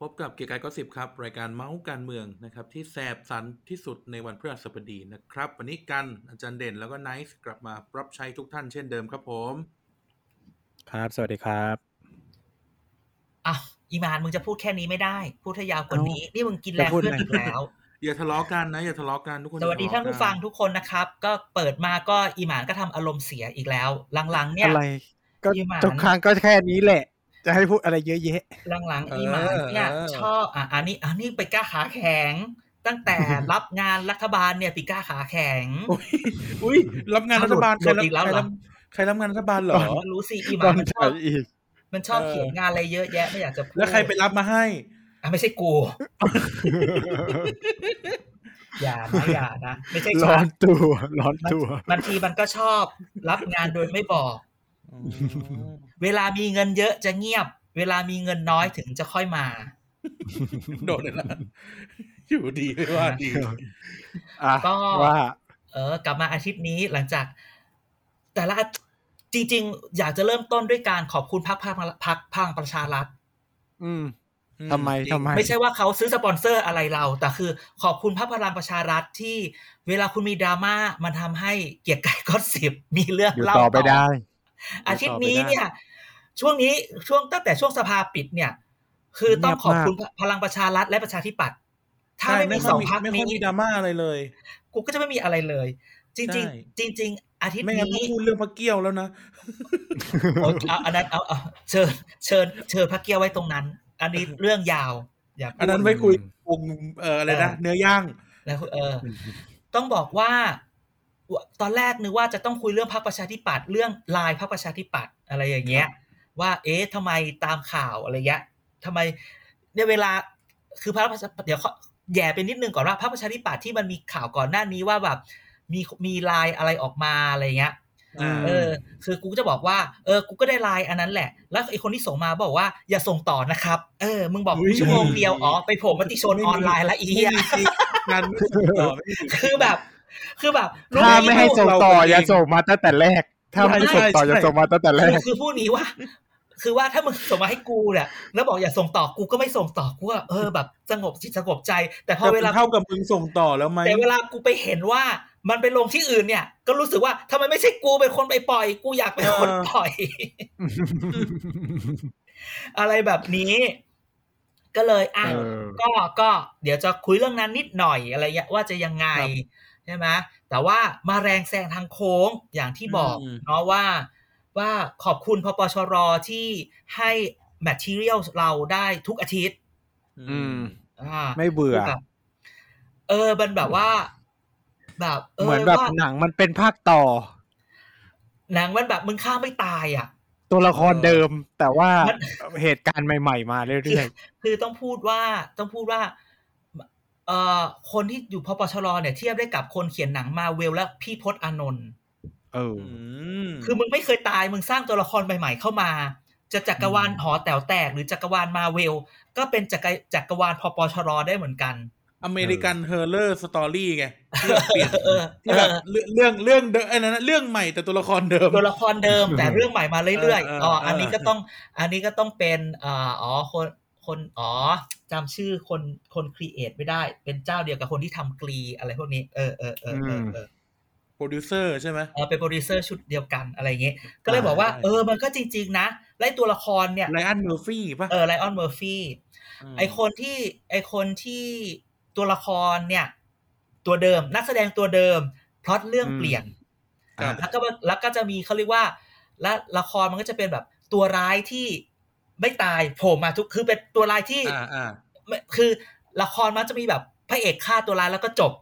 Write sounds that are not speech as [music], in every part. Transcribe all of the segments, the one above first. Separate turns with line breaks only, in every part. พบกับเกียร์กายก็สิบครับ รายการเมาส์การเมืองนะครับ ที่แสบสันที่สุดในวันพฤหัสบดีนะครับ วันนี้กันอาจารย์เด่นแล้วก็ไนท์กลับมารับใช้ทุกท่านเช่นเดิมครับผม
ครับ สวัสดีครับ
อ่ะอีมานมึงจะพูดแค่นี้ไม่ได้ พูดให้ยาวกว่านี้ นี่มึงกินแรง
จะพูด
เพื่
ไหม
อนอีกแล้ว
อย่าทะเลาะกันนะ อย่าทะเลาะกันทุกคน
สวัสดีท่านผู้ฟังทุกคนนะครับ ก็เปิดมาก็อีหมานก็ทำอารมณ์เสียอีกแล้ว หลังๆ เนี่ย
อะไรก็
อีหมา
ทุกครั้งก็แค่นี้แหละ จะให้พูดอะไรเยอะแยะ
หลังๆอีหมานเนี่ยชอบอ่ะอันนี้อันนี้ไปกล้าขาแข็ง ตั้งแต่รับงานรัฐบาลเนี่ยปีกล้าขาแข็ง
อุ๊ยอุ้ยรับงานรัฐบาล
หลุดอีกแล้วเหรอ
ใครรับใครรับงานรัฐบาลเหรอ
มันรู้สิอีห
ตอ
มา
น
นมันช
ไหน
อบ
อีก
มันชอบ
เออ
เขียนงานอะไรเยอะแยะไม่อยากจะพูด
แล้วใครไปรับมาให้
อ่ะไม่ใช่
[laughs]
กู อย่านะอย่านะไม่ใช่
[laughs] ร้อ
ฉั
น
น
ตัว ร้อนตัว
บางทีมันก็ชอบรับงานโดยไม่บอก เวลามีเงินเยอะจะเงียบ เวลามีเงินน้อยถึงจะค่อยมา
โดนเลยนะอยู่ดีไม่ว่าดี
อ่ะ
ก็
ว่า
เออกลับมาอาทิตย์นี้หลังจาก แต่ละอาทิตย์จริง ๆ อยากจะเริ่มต้นด้วยการขอบคุณพักพลังพักพลังประชารัฐ
อืมทำไมทำไม
ไม่ใช่ว่าเขาซื้อสปอนเซอร์อะไรเรา แต่คือขอบคุณพักพลังประชารัฐที่เวลาคุณมีดราม่ามันทำให้เกียรติก [laughs] ายก็สิบมีเรื่อง
อยู่
เล่า
ต่อไปได้
อาทิตย์นี้
อยู่ต่อไปได้
เนี่ย ช่วงนี้ช่วงตั้งแต่ช่วงสภาปิดเนี่ย คือต้องขอบคุณพลังประชารัฐและประชาธิปัตย์ถ้า
ใช่
ไม่มี
ไม่ค่
ส
อ
อย ง
มี
พัก
ไม่ค่
นี้
อยมีดราม่าอะไรเลย
กูก็จะไม่มีอะไรเลย จ
ใช่
ริง ๆ จริง ๆ อาทิตย์
ไม่งั้นต้อ
นี้
งพูดเรื่องพระเกี้ยวแล้วนะ
โอ๊ยเอาอันนั้นเอาเอาเชิญเชิญเชิญพระเกียวไว้ตรงนั้น อันนี้เรื่องยาว อย่าพูด
อันนั้นไว้คุยวงเอ่ออะไรนะ เนื้อย่าง
แล้วเออ ต้องบอกว่า ตอนแรกนึกว่าจะต้องคุยเรื่องพรรคประชาธิปัตย์เรื่องลายพรรคประชาธิปัตย์อะไรอย่างเงี้ย ว่า เอ๊ะทำไมตามข่าวอะไรเงี้ยทำไมเนี่ยเวลาคือพรรคประชาเดี๋ยวขอแหย่ไปนิดนึงก่อนว่าพรรคประชาธิปัตย์ที่มันมีข่าวก่อนหน้านี้ว่าแบบมีมีลายอะไรออกมาอะไรเงี้ย
อ่า
เออคือกูก็จะบอกว่าเออกูก็ได้ไลน์อันนั้นแหละ แล้วไอคนที่ส่งมาบอกว่าอย่าส่งต่อนะครับ เออ มึงบอก
อุ๊
กู
ย
ชั่วโมงเดียวอ๋อไปโผล่มติชนออนไลน์ละอี
ไม่
อะ
มีจริงงานไม่ส่งต่อไม่มี
คือแบบ คือแบบรู้
ถ้า
ห
ไม่ให้ส่งต่ออย่าส่งมาตั้งแต่แรก ถ้าไม่ส่งต่ออย่าส่งมาตั้งแต่แร
คือก คือพูดนี้ว่า คือว่าถ้ามึงส่งมาให้กูเนี่ยแล้วบอกอย่าส่งต่อกูก็ไม่ส่งต่อกูก็เออแบบสงบจิตสงบใจ แต่พอ
แต่
เว
มัน
ลา
เท่ากับมึงส่งต่อแล้วไหม
แต่เวลากูไปเห็นว่ามันไปลงที่อื่นเนี่ย ก็รู้สึกว่าทำไมไม่ใช่กูเป็นคนไปปล่อย กูอยากเป็นคนปล่อย อะไรแบบนี้ ก็เลยอ่ะ
เออ
ก็ก็เดี๋ยวจะคุยเรื่องนั้นนิดหน่อยอะไรเงี้ยว่าจะยังไงใช่ไหมแต่ว่ามาแรงแซงทางโค้งอย่างที่บอกเนาะว่า ว่าขอบคุณพปชรที่ให้ material เราได้ทุกอาทิตย์
อืม
อ่า
ไม่เบื่อ
แบบเออมันแบบว่า แบบ
เหมือนแบบ
ว่า
หนังมันเป็นภาคต่อ
หนังมันแบบมึงข้ามไม่ตายอ่ะ
ตัวละครเดิม แต่ว่าม
น
เหตุการณ์ใหม่ๆมาเรื่อย
[laughs] คือต้องพูดว่าต้องพูดว่าเอ่อคนที่อยู่พปชรเนี่ยเทียบได้กับคนเขียนหนังมาเวลและพี่พศอานนท์
ๆ เออ
อืม
คือมึงไม่เคยตายมึงสร้างตัวละครใหม่ๆเข้ามา จะจักรวาลหอแต๋วแตกหรือจักรวาลมาเวล ก็เป็นจักรจักรวาลพปชรได้เหมือนกัน
อเมริกันเฮอร์เลอร์สตอรี่ไงเรื่องเปลี่ยน
เออ
ที่แบบเรื่องเรื่องเรื่องเดิมไอ้นั่นนะเรื่องใหม่แต่ตัวละครเดิม
ตัวละครเดิ
[laughs]
ม แต่เรื่องใหม่มาเรื่อย
เออเออ
ๆ
อ๋
อ๋อ
เอออั
อันนี้ก็ต้อง อันนี้ก็ต้องเป็นเอ่ออ๋อคนคนอ๋อจำชื่อคนคนครีเอทไม่ได้ เป็นเจ้าเดียวกับคนที่ทำกรีอะไรพวกนี้เออเออเออเออเออ
โปรดิวเซอร์ใช่ไหม
เออเป็นโปรดิวเซอร์ชุดเดียวกันอะไรอย่างเงี้ย ก็เลยบอกว่า
ได้
เออ มันก็จริง ๆ นะ ไล่ตัวละครเนี่ย
ไลออนเมอร์ฟี่ป่ะ
เออไลออนเมอร์ฟี่
ม
ไอคนที่ไอคนที่ตัวละครเนี่ย ตัวเดิมนักแสดงตัวเดิมพล็อตเรื่อง
อืม
เปลี่ยน
ครับ
แล้วก็แล้วก็จะมีเขาเรียกว่า และละครมันก็จะเป็นแบบตัวร้ายที่ไม่ตายโผล่มาทุกคือเป็นตัวร้ายที่
อ่าอ่า
ไม่คือละครมันจะมีแบบพระเอกฆ่าตัวร้ายแล้วก็จบ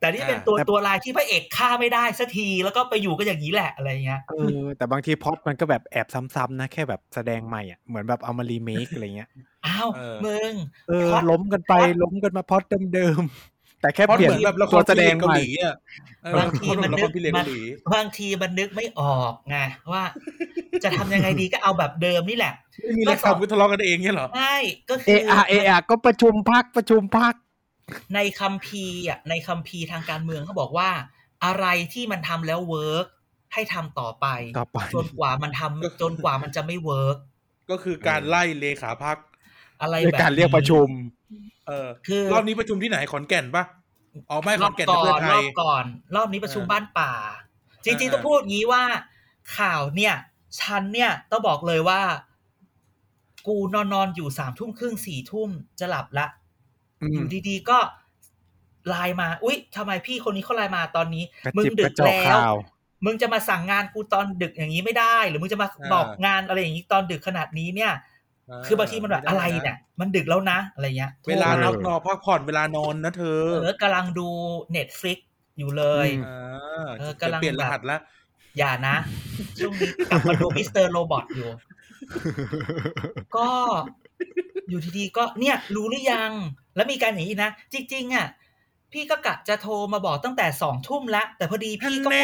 แต่นี่เป็น
อ่า
ตัว
แต่
ตัวร้ายที่พระเอกฆ่าไม่ได้สักทีแล้วก็ไปอยู่ก็อย่างนี้แหละอะไรอย่างเงี้ย
เออแต่บางทีพล็อดมันก็แบบแอบซ้ำๆนะ แค่แบบแสดงใหม่อ่ะเหมือนแบบเอามารีเมคอะไรเงี้ย
อ้าว
เออ
มึง
เออ
พล็อต
ล้มกันไป
พล็อต
ล้มกันมาพล็อดเดิม แต่แค่
เพราะ
เปลี่ย
เห
น
มือนแบบละค
ตัว
ร
แส
พิ
ด
เรง นเกา
ใหม่
หลีอ่ะเออบ
างที
เห
มั
มือนนละ
นึ
ค
ก
รพิเรน
บาง
เกาหลี
บางทีมันนึกไม่ออกไง
[laughs]
ว่า จะทำยังไงดีก็เอาแบบเดิมนี่แหละ
ไม่มีอะไรทำก็ทะเลาะกันเองเนี่ยเหรอ
ใช่ก็
เอ
คือ
อเออก็ประชุมพักประชุมพัก
ในคำพีร์อ่ะในคำพีร์ทางการเมืองเขาบอกว่า อะไรที่มันทำแล้วเวิร์กให้ทำต่อไป
ต่อไป
จนกว่ามันทำ
ก็
[laughs]
คือ
จนกว่ามันจะไม่เวิร์ก
ก็คือการไล่เลขาพัก
อะไร
ใน
แบบ
การเรียกประชุม
เออ
คือ
รอบนี้ประชุมที่ไหนขอนแก่นปะอ๋อไม่ข
ร
อ
อน บ
แก่น
ก่
เพื่
อ
อน ไท
รอย บก่อนรอบนี้ประชุม
เออ
บ้านป่า จริง
เออ
ๆต้องพูดงี้ว่า ข่าวเนี่ย ฉันเนี่ยต้องบอกเลยว่า กูนอนนอนๆอยู่สามทุ่มครึ่งสี่ทุ่มจะหลับละ
อื
อ
ม
ยู่ดีๆก็ไลน์มา อุ๊ยทำไมพี่คนนี้เขาไลน์มาตอนนี้
กระ
มึง
จิบ
ดึ
กระ
ก
จอก
แล้
ข่าว ว
มึงจะมาสั่งงานกูตอนดึกอย่างนี้ไม่ได้ หรือมึงจะมา
อ่า
บอกงานอะไรอย่างนี้ตอนดึกขนาดนี้เนี่ย คือบางทีมันแบบอะไรเนี่ย มันดึกแล้วนะ อะไรเงี้ย
เวลา
โทษ
นับนอนพักผ่อนเวลานอนนะเธอ
เออกำลังดูเน็ตฟลิกอยู่เลย
อืม
เออ
เออ
จะ
กำลัง
เปลี่ยนรหัสละ
อย่านะ [laughs] ช่วงนี้กลับมาดูมิสเตอร์โรบอทอยู่ ก็อยู่ดีๆก็เนี่ยรู้หรือยัง แล้วมีการอย่างนี้นะ จริงๆอ่ะพี่ก็กะจะโทรมาบอกตั้งแต่สองทุ่มละแต่พอดีพี่ก็ไป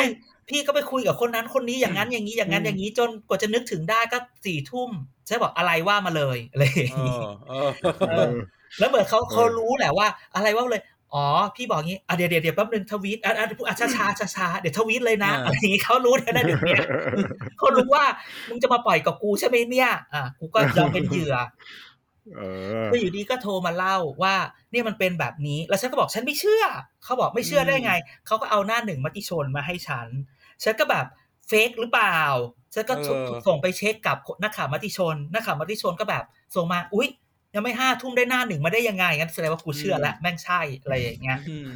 พี่ก็ไปคุยกับคนนั้นคนนี้อย่างนั้นอย่างนี้อย่างนั้นอย่างนี้จนกว่าจะนึกถึงได้ก็สี่ทุ่มใช่บอกอะไรว่ามาเลยอะไรอย่าง
เอ
นี้
อเออ
เออ แล้วเหมือนเขา
เออ
เขารู้แหละว่า อะไรว่าเลย อ๋อ พี่บอกงี้อ่ะเดี๋ยวเดี๋ยวเดี๋ยวแป๊บนึงทวีตอ่ะอ่ะอ่ะช้าช้าช้าช้าเดี๋ยวทวีตเลยนะ
อ่า
อะไรอย่างนี้เขารู้แน่ๆเดี๋ยวเนี้ย
[laughs]
เขารู้ว่ามึงจะมาปล่อยกับกูใช่ไหมเนี่ย อ่ะกูก็ยอมเป็นเหยื่อ
เออ
ก็อยู่ดีก็โทรมาเล่าว่าเนี่ยมันเป็นแบบนี้ แล้วฉันก็บอกฉันไม่เชื่อ เขาบอกไม่เชื่อได้ไง เขาก็เอาหน้าหนึ่งมติชนมาให้ฉัน ฉันก็แบบเฟกหรือเปล่า ฉันก็
เออ
ส่งไปเช็คกับนักข่าวมติชน นักข่าวมติชนก็แบบส่งมา อุ๊ย ยังไม่ห้าทุ่มได้หน้าหนึ่งมาได้ยังไงงั้นแสดงว่ากูเชื่อแล้วแม่งใช่อะไรอย่างเงี้ย
อืม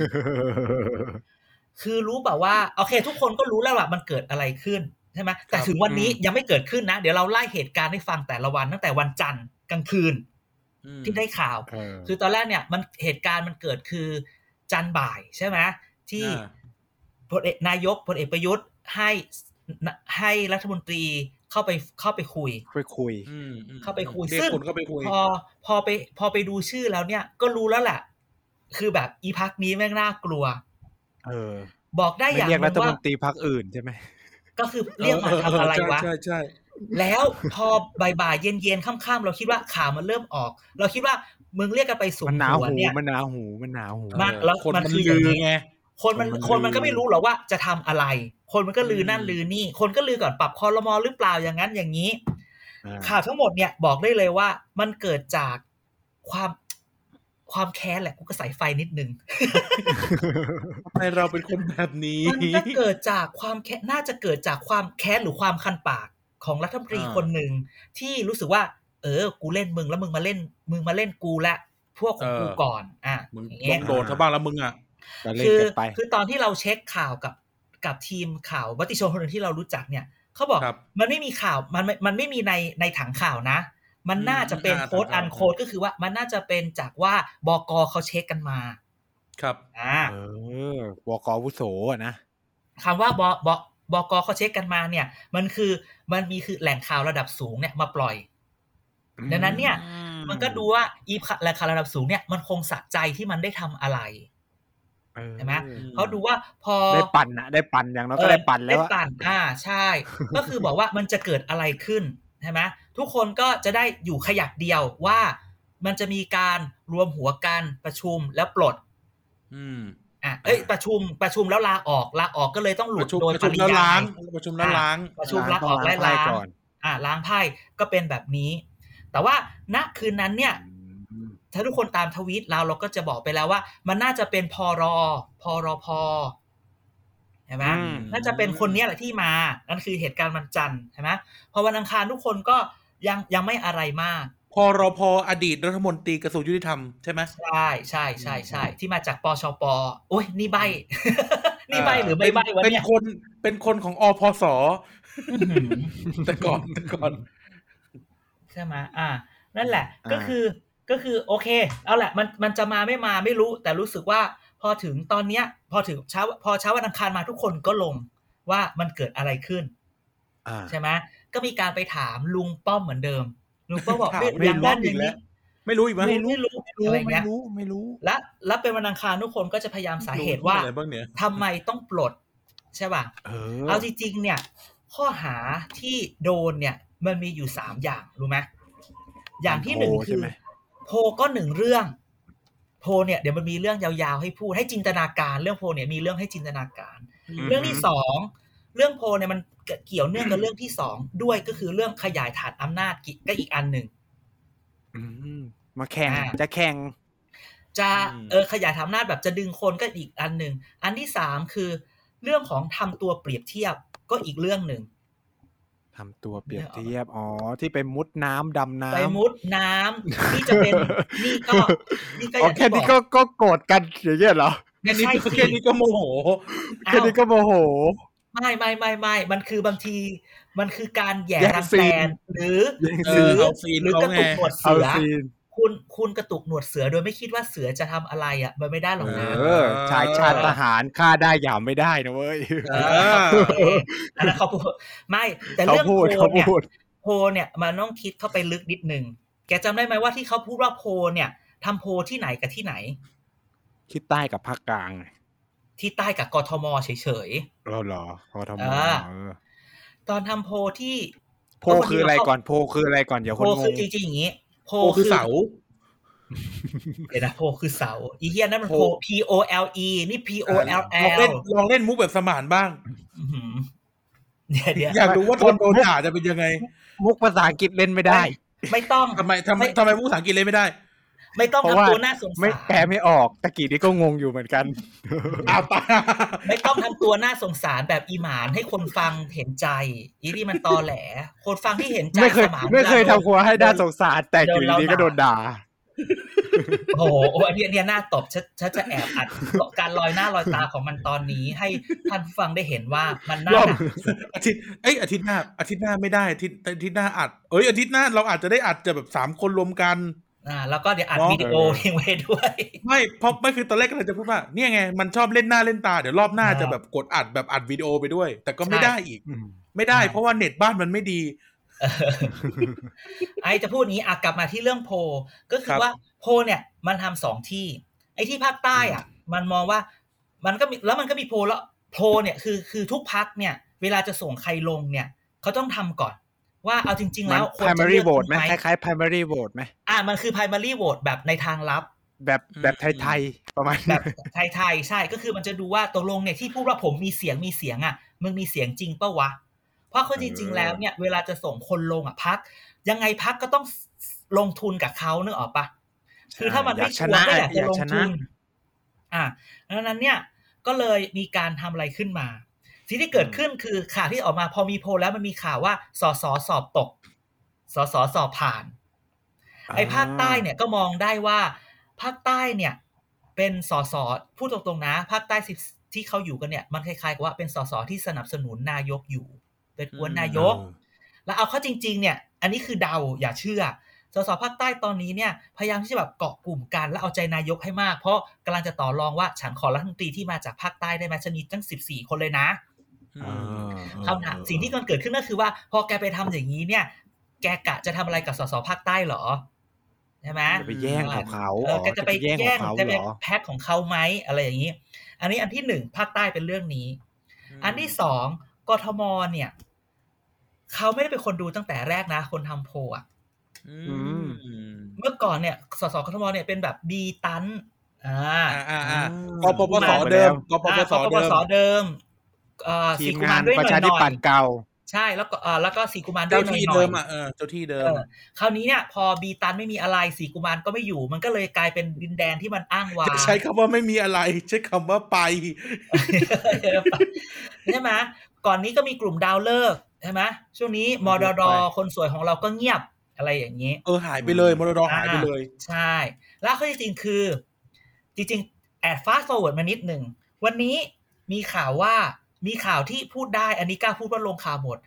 คือรู้แบบว่าโอเค ทุกคนก็รู้แล้วว่ามันเกิดอะไรขึ้นใช่ไหมแต่ถึงวันนี้ยังไม่เกิดขึ้นนะ เดี๋ยวเราไล่เหตุการณ์ให้ฟังแต่ละวันตั้งแต่วันจันทร์กลางคืน
อืม
ที่ได้ข่าว
เออ
คือตอนแรกเนี่ยมันเหตุการณ์มันเกิดคือจันทร์บ่ายใช่ไหมที่
อ่า
พลเอกนายกพลเอกประยุทธ์ให้ให้รัฐมนตรีเข้าไปเข้าไปคุย
คุยคุย
อืมอืม
เข้าไปคุย
เรียก
ซึ่ง
คนเข้าไปคุย
พอพอไปพอไปดูชื่อแล้วเนี่ยก็รู้แล้วแหละคือแบบอีพักนี้แม่งน่ากลัว
เออ
บอกได้
ไม่
อย่างห
เรียกรั
นึ่
ฐม
งว่าน
ตรีพักอื่นใช่ไหม
ก็คือเรียกมาทำอะไรวะ
ใช่ใช่
แล้วพอบ่ายๆเย็นๆค่ำๆเราคิดว่าข่าวมันเริ่มออก เราคิดว่ามึงเรียกกันไปสูง
มันหนา
หัว
หู
เนี่ย
มันหนาหูมันหนาหู
มากแล้ว
คน
มัน
มัน
คืออ
ลื
ย่าง
อ
นี้
ไง
คนมัน
คนมัน
คน
ลือ
มันก็ไม่รู้หรอกว่าจะทำอะไร คนมันก็ลืออ
ม
นั่นลือนี่ คนก็ลือก่อนปรับคอรมอหรือเปล่าอย่างนั้นอย่างนี้
อ่า
ข่าวทั้งหมดเนี่ยบอกได้เลยว่า มันเกิดจากความความแค้นแหละกูก็ใส่ไฟนิดนึง
ทำไมเราเป็นคนแบบนี้
มันก็เกิดจากความแค้นน่าจะเกิดจากความแค้นหรือความคันปากของรัฐมนตรีคนหนึ่งที่รู้สึกว่า เออ กูเล่นมึงแล้วมึงมาเล่น มึงมาเล่นกูละพวกของกูก่อนอ่ะ
มึง
อ
ล
ย่างเงี้
อย งโดนซะบ้างแล้วมึงอ่ะ
ก็เล่น
คือ
กันไป
คือตอนที่เราเช็คข่าวกับกับทีมข่าววัติชนคนหนึ่งที่เรารู้จักเนี่ยเขาบอก
ครับ
มันไม่มีข่าวมันมันไม่มีในในถังข่าวนะ มัน
อืม
น่าจะเป็น
อ่า
โค้ด
ถั
อั
ง
น
ข่าว
โค้ดก็คือว่ามันน่าจะเป็นจากว่าบกเขาเช็คกันมา
ครับ
อ่า
เออวกอาวุโสอะนะ
คำว่าบบบกเขาเช็คกันมาเนี่ย มันคือมันมีคือแหล่งข่าวระดับสูงเนี่ยมาปล่อย ดังนั้นเนี่ย มันก็ดูว่าอีพะแหล่งข่าวระดับสูงเนี่ยมันคงสะใจที่มันได้ทำอะไร เห็นไหม
ม
เขาดูว่าพอ
ได้ปั่นนะได้ปั่นอย่างน้อยก็ได้ปั่นแล้ว
เออ
อะ
ได้ปั่นอ่าใช่
[laughs]
ก็คือบอกว่ามันจะเกิดอะไรขึ้นใช่ไหมทุกคนก็จะได้อยู่ขยักเดียวว่ามันจะมีการรวมหัวกันประชุมแล้วปลด
อืม
อ่ะเอ้ยประชุมประชุมแล้วลาออกลาออกก็เลยต้องหลุ
ป
ด
ระชุม
โดย
ประ
ป
ชุม
ริ
แล้ว
ยา
ล้าย งประชุมแล้ว
อ่ะ
ล้าง
ประชุมลาออก
ล้
และ
ไพ่
ล้าง
ก่อน
อ่ะล้างไพ่ก็เป็นแบบนี้ แต่ว่าณคืนนั้นเนี่ย
อืม
ถ้าทุกคนตามทวีตเราเราก็จะบอกไปแล้วว่า มันน่าจะเป็นพอรอพอรอพอใช่ไหม
อืม
น่าจะเป็นคนเนี้ยแหละที่มา นั่นคือเหตุการณ์วันจันทร์ใช่ไหมพอวันอังคารทุกคนก็ยังยังไม่อะไรมาก
พอรพออดีตรัฐมนตรีกระทรวงยุติธรรมใช่ไหม
ใช่ใช่ใช่ใช่ที่มาจากปชปโอ้ยนี่ใบ [laughs] นี่ใบ
เอ่อ
หรือไม่ใบวะ
เป็น
เนี่ย
คนเป็นคนของอพส
อื้อหือ
[laughs]
[laughs]
แต่ก่อนแต่ก่อน
ใช่ไหมอ่า นั่นแหละ ก็คือก็คือโอเค เอาแหละมันมันจะมาไม่มาไม่รู้ แต่รู้สึกว่าพอถึงตอนเนี้ย พอถึงเช้าพอเช้าวันอังคารมาทุกคนก็ลงว่ามันเกิดอะไรขึ้น
อ่า
ใช่ไหมก็มีการไปถามลุงป้อมเหมือนเดิม ลุงป้อมบอก
ถาม
เรื่อง
ไม่
อย่างนั้น
รู้
อ
อี
ย่าก ง
แล้ว
นี้
ไม่รู้อีกมั้ย
ไม่รู้ไม่รู้ อะไร
ไม่
เงี้ย
รู้ไม่รู้
และและเป็นวันอังคารทุกคนก็จะพยายามสาเหตุว่า
อะไรบ้างเนี่ย
ทำไมต้องปลดใช่ป่ะ
เอ
เอาจริงๆเนี่ย ข้อหาที่โดนเนี่ย มันมีอยู่สามอย่างรู้ไหมอย่างที่หนึ่ง
โพล
คื
ใช่
อ
ไหม
โพลก็หนึ่งเรื่อง โพลเนี่ยเดี๋ยวมันมีเรื่องยาวๆให้พูดให้จินตนาการ เรื่องโพลเนี่ยมีเรื่องให้จินตนาการ
อืม
เรื่องที่สองเรื่องโพลเนี่ยมันเกี่ยวเนื่องกับเรื่องที่สองด้วยก็คือเรื่องขยายฐานอำนาจกิก็อีกอันหนึ่ง
อืมมาแข่ง
อ่า
จะแข่ง
จะ
อืม
เออขยายฐานอำนาจแบบจะดึงคนก็อีกอันหนึ่ง อันที่สามคือ เรื่องของทำตัวเปรียบเทียบก็อีกเรื่องหนึ่ง
ทำตัวเปรียบเทียบ อ๋อ ที่ไปมุดน้ำดำน้ำ
ไปมุดน้ำนี่จะ
[laughs]
เป็นนี่ก็นี่ก็อ
อ๋อย่าง แค่นี้
ที่บ
ก็
อก
ก็โกรธกันอย่างเงี้ยเหรอ
แค่นี้
ใช่
ก็
สิ
แค่นี้ก็โมโห
อ้า
แค่
ว
นี้ก็โมโห
ไม่ไม่ไม่ไม่มันคือบางที มันคือการแหย่
แย่ง
รัง
ซี
แก
น
นหรือ
แย่ง
ห
ซี
รื
น
อ
เอาซีน
หรือกระตุก
เขาไง
หนวด
เอา
เสือ
ซีน
คุณคุณกระตุกหนวดเสือโดยไม่คิดว่าเสือจะทำอะไรอ่ะ มันไม่ได้หรอกนะ
เออ ชายชาติทหารฆ่าได้หยามไม่ได้นะเว้ย
เอ
เอ
อ
อ
โอเคอันนั้นเขาพูดไม่แต่
เขา
เรื่อง
พูด
โพ
เขา
ลเนี่ย
พูด
โพลเนี่ยมันต้องคิดเข้าไปลึกนิดนึงแกจำได้ไหมว่าที่เขาพูดว่าโพลเนี่ยทำโพลที่ไหนกับที่ไหน
คิดใต้กับภาคกลาง
ที่ใต้กับกทมเฉย
เราเหรอพอทำ
อ่า ๆ ตอนทำโพลที่
โพลคืออะไรก่อน โพลคืออะไรก่อน เดี๋ยว
โพ
คน
ล
ง
คือง จริงๆอย่างนี้โพล
โอคือเสา
เดี๋ยวนะโพลคือเสาอีเฮียนั่นมัน
โพล
โพล P O L E นี่ P O
ล
L
อง
L
เล่นลองเล่นมุกแบบสมานบ้าง
เดี๋ยวเดี๋ยว
อยากรู้ว่าตอนโดนด่าจะเป็นยังไง
มุกภาษาอังกฤษเล่นไม่ได้
ไม่ต้อง
ทำไมทำไมทำไมมุกภาษาอังกฤษเล่นไม่ได้
ไม่ต้อง
เพราะว่า
ทำตัวน่าสง
ไม่
สาร
แปลไม่ออกตะกี้นี้ก็งงอยู่เหมือนกัน
อ้าวต [laughs] าย
ไม่ต้องทำตัวน่าสงสารแบบอีหมานให้คนฟังเห็นใจ อีนี่มันตอแหล คนฟังที่เห็นใจ
ไม่เคย
สาน
ไม่เคย
วลาโดน
ทำครัวให้ด้านสงสาร แต่อยู่ดีๆก็โดนด่า
โอ้โหโอ้อันเนี้ยเนี่ยหน้าตบฉันฉันจะแอบอัดการลอยหน้าลอยตาของมันตอนนี้ ให้ท่านผู้ฟังได้เห็นว่ามันน่า
ร่อม
หนัก
อาทิตย์เอ้ยอาทิตย์หน้า อาทิตย์หน้าไม่ได้อาทิตย์อาทิตย์หน้าอัด เอ้ยอาทิตย์หน้าเราอาจจะได้อัดจะแบบสามคนรวมกัน
อ่า แล้วก็เดี๋ยวอัด
เนาะ
วิดีโอทิ้งไว้ด้วย
ไม่เพราะไม่คือตอนแรกก็เลยจะพูดว่าเนี่ยไงมันชอบเล่นหน้าเล่นตาเดี๋ยวรอบหน้า
อ่า
จะแบบกดอัดแบบอัดวิดีโอไปด้วย แต่ก็ไม่
ใช่
ได้อีก ไม่ได้
อ่า
เพราะว่าเน็ตบ้านมันไม่ดี
เออไอจะพูดอย่างนี้อ่ะกลับมาที่เรื่องโพลก็คื
ครั
อบ ว่าโพลเนี่ย มันทำสองที่ ไอที่ภาคใต้อ่ะ มันมองว่ามันก็มีแล้วมันก็มีโพลแล้วโพลเนี่ยคือคือทุกพักเนี่ย เวลาจะส่งใครลงเนี่ยเขาต้องทำก่อน ว่าเอาจริง ๆ
มั
แล้ว
น
ควรจะเลื
primary
อก
vote ไหม
ใคร
คล้ายๆ primary vote ไหม
อ่ะมันคือ primary vote แบบในทางลับ
แบบ
อืม
แบบไทยๆ ประมาณ
แบ
นั้
บ
น
ไทยๆใช่ก็คือมันจะดูว่าตกลงเนี่ยที่พูดว่าผมมีเสียงมีเสียงอ่ะมึงมีเสียงจริงปะวะ เพราะคือจริง ๆ แล้วเนี่ย เวลาจะส่งคนลงอ่ะพัก ยังไงพักก็ต้องลงทุนกับเขาเนึกออกปะคือถ้ามันไม่ชัวร์ก็อยากจะลงทุนอ่ะดังนั้นเนี่ยก็เลยมีการทำอะไรขึ้นมา สิ่งที่เกิดขึ้นคือข่าวที่ออกมาพอมีโพลแล้วมันมีข่าวว่าสอสอสอบตกสอสอสอบผ่าน ไอ้ภาคใต้เนี่ยก็มองได้ว่าภาคใต้เนี่ย เป็นสสพูดตรงๆนะ ภาคใต้สิที่เขาอยู่กันเนี่ย มันคล้ายๆกับว่าเป็นสสที่สนับสนุนนายกอยู่ เป็นกวนนายก แล้วเอาเข้าจริง ๆ เนี่ย อันนี้คือเดาอย่าเชื่อสสภาคใต้ตอนนี้เนี่ย พยายามที่จะแบบเกาะกลุ่มกัน แล้วเอาใจนายกให้มาก เพราะกำลังจะต่อรองว่าฉันขอรัฐมนตรีที่มาจากภาคใต้ได้ไหมฉันมีตั้ง 14 คนเลยนะ
อ่า
คำถามสิ่งที่มันเกิดขึ้นก็คือว่า พอแกไปทำอย่างนี้เนี่ย แกกะจะทำอะไรกับสสภาคใต้เหรอใช่ไหม
จะไปแย่งของเขา
เออแกจะไปแย่ง
ของเขา
จะ
เห
ไป
รอ
แพ็คของเขาไหมอะไรอย่างนี้ อันนี้อันที่หนึ่งภาคใต้เป็นเรื่องนี้ อันที่สองกทมเนี่ย เขาไม่ได้เป็นคนดูตั้งแต่แรกนะ คนทำโพลอะ
อืม
เมื่อก่อนเนี่ยสสกทมเนี่ยเป็นแบบบีตันอ่า
อ่าอ่าอ่า
อืม
กปปสเดิมกปป
อ่า
ส
กปป
เดิ
ส
ม
เดิมเอ่อ
ที
สี
มงาม
กุาร
น
ด้วยห
ป
น่
ระ
อย
ชา
ห
ธิ
น่อ
ปัต
ย
ย์เก่า
ใช่แล้วก็เอ่อแล้วก็สีกุมารด้ว
เจ้าย
หน่อย
ที่
หน่
เดิ
อย
มอ่ะเออเจ้าที่เดิม
เออคราวนี้เนี่ย พอบีตันไม่มีอะไรสีกุมารก็ไม่อยู่ มันก็เลยกลายเป็นดินแดนที่มันอ้างว้าง
จะใช้คำว่าไม่มีอะไร ใช้คำว่าไป
ใช่ไหมก่อนนี้ก็มีกลุ่มดาวเลิกษ์ใช่ไหมช่วงนี้มอดอดอ
ไป
คนสวยของเราก็เงียบอะไรอย่างนี้
เออหายไปเลยมรดก
อ่า
หายไปเลย
ใช่ แล้วข้อที่จริงคือ จริงๆแอดฟาสต์ฟอร์เวิร์ดมานิดหนึ่ง วันนี้มีข่าวว่ามีข่าวที่พูดได้ อันนี้กล้าพูดว่าลงข่าวหมด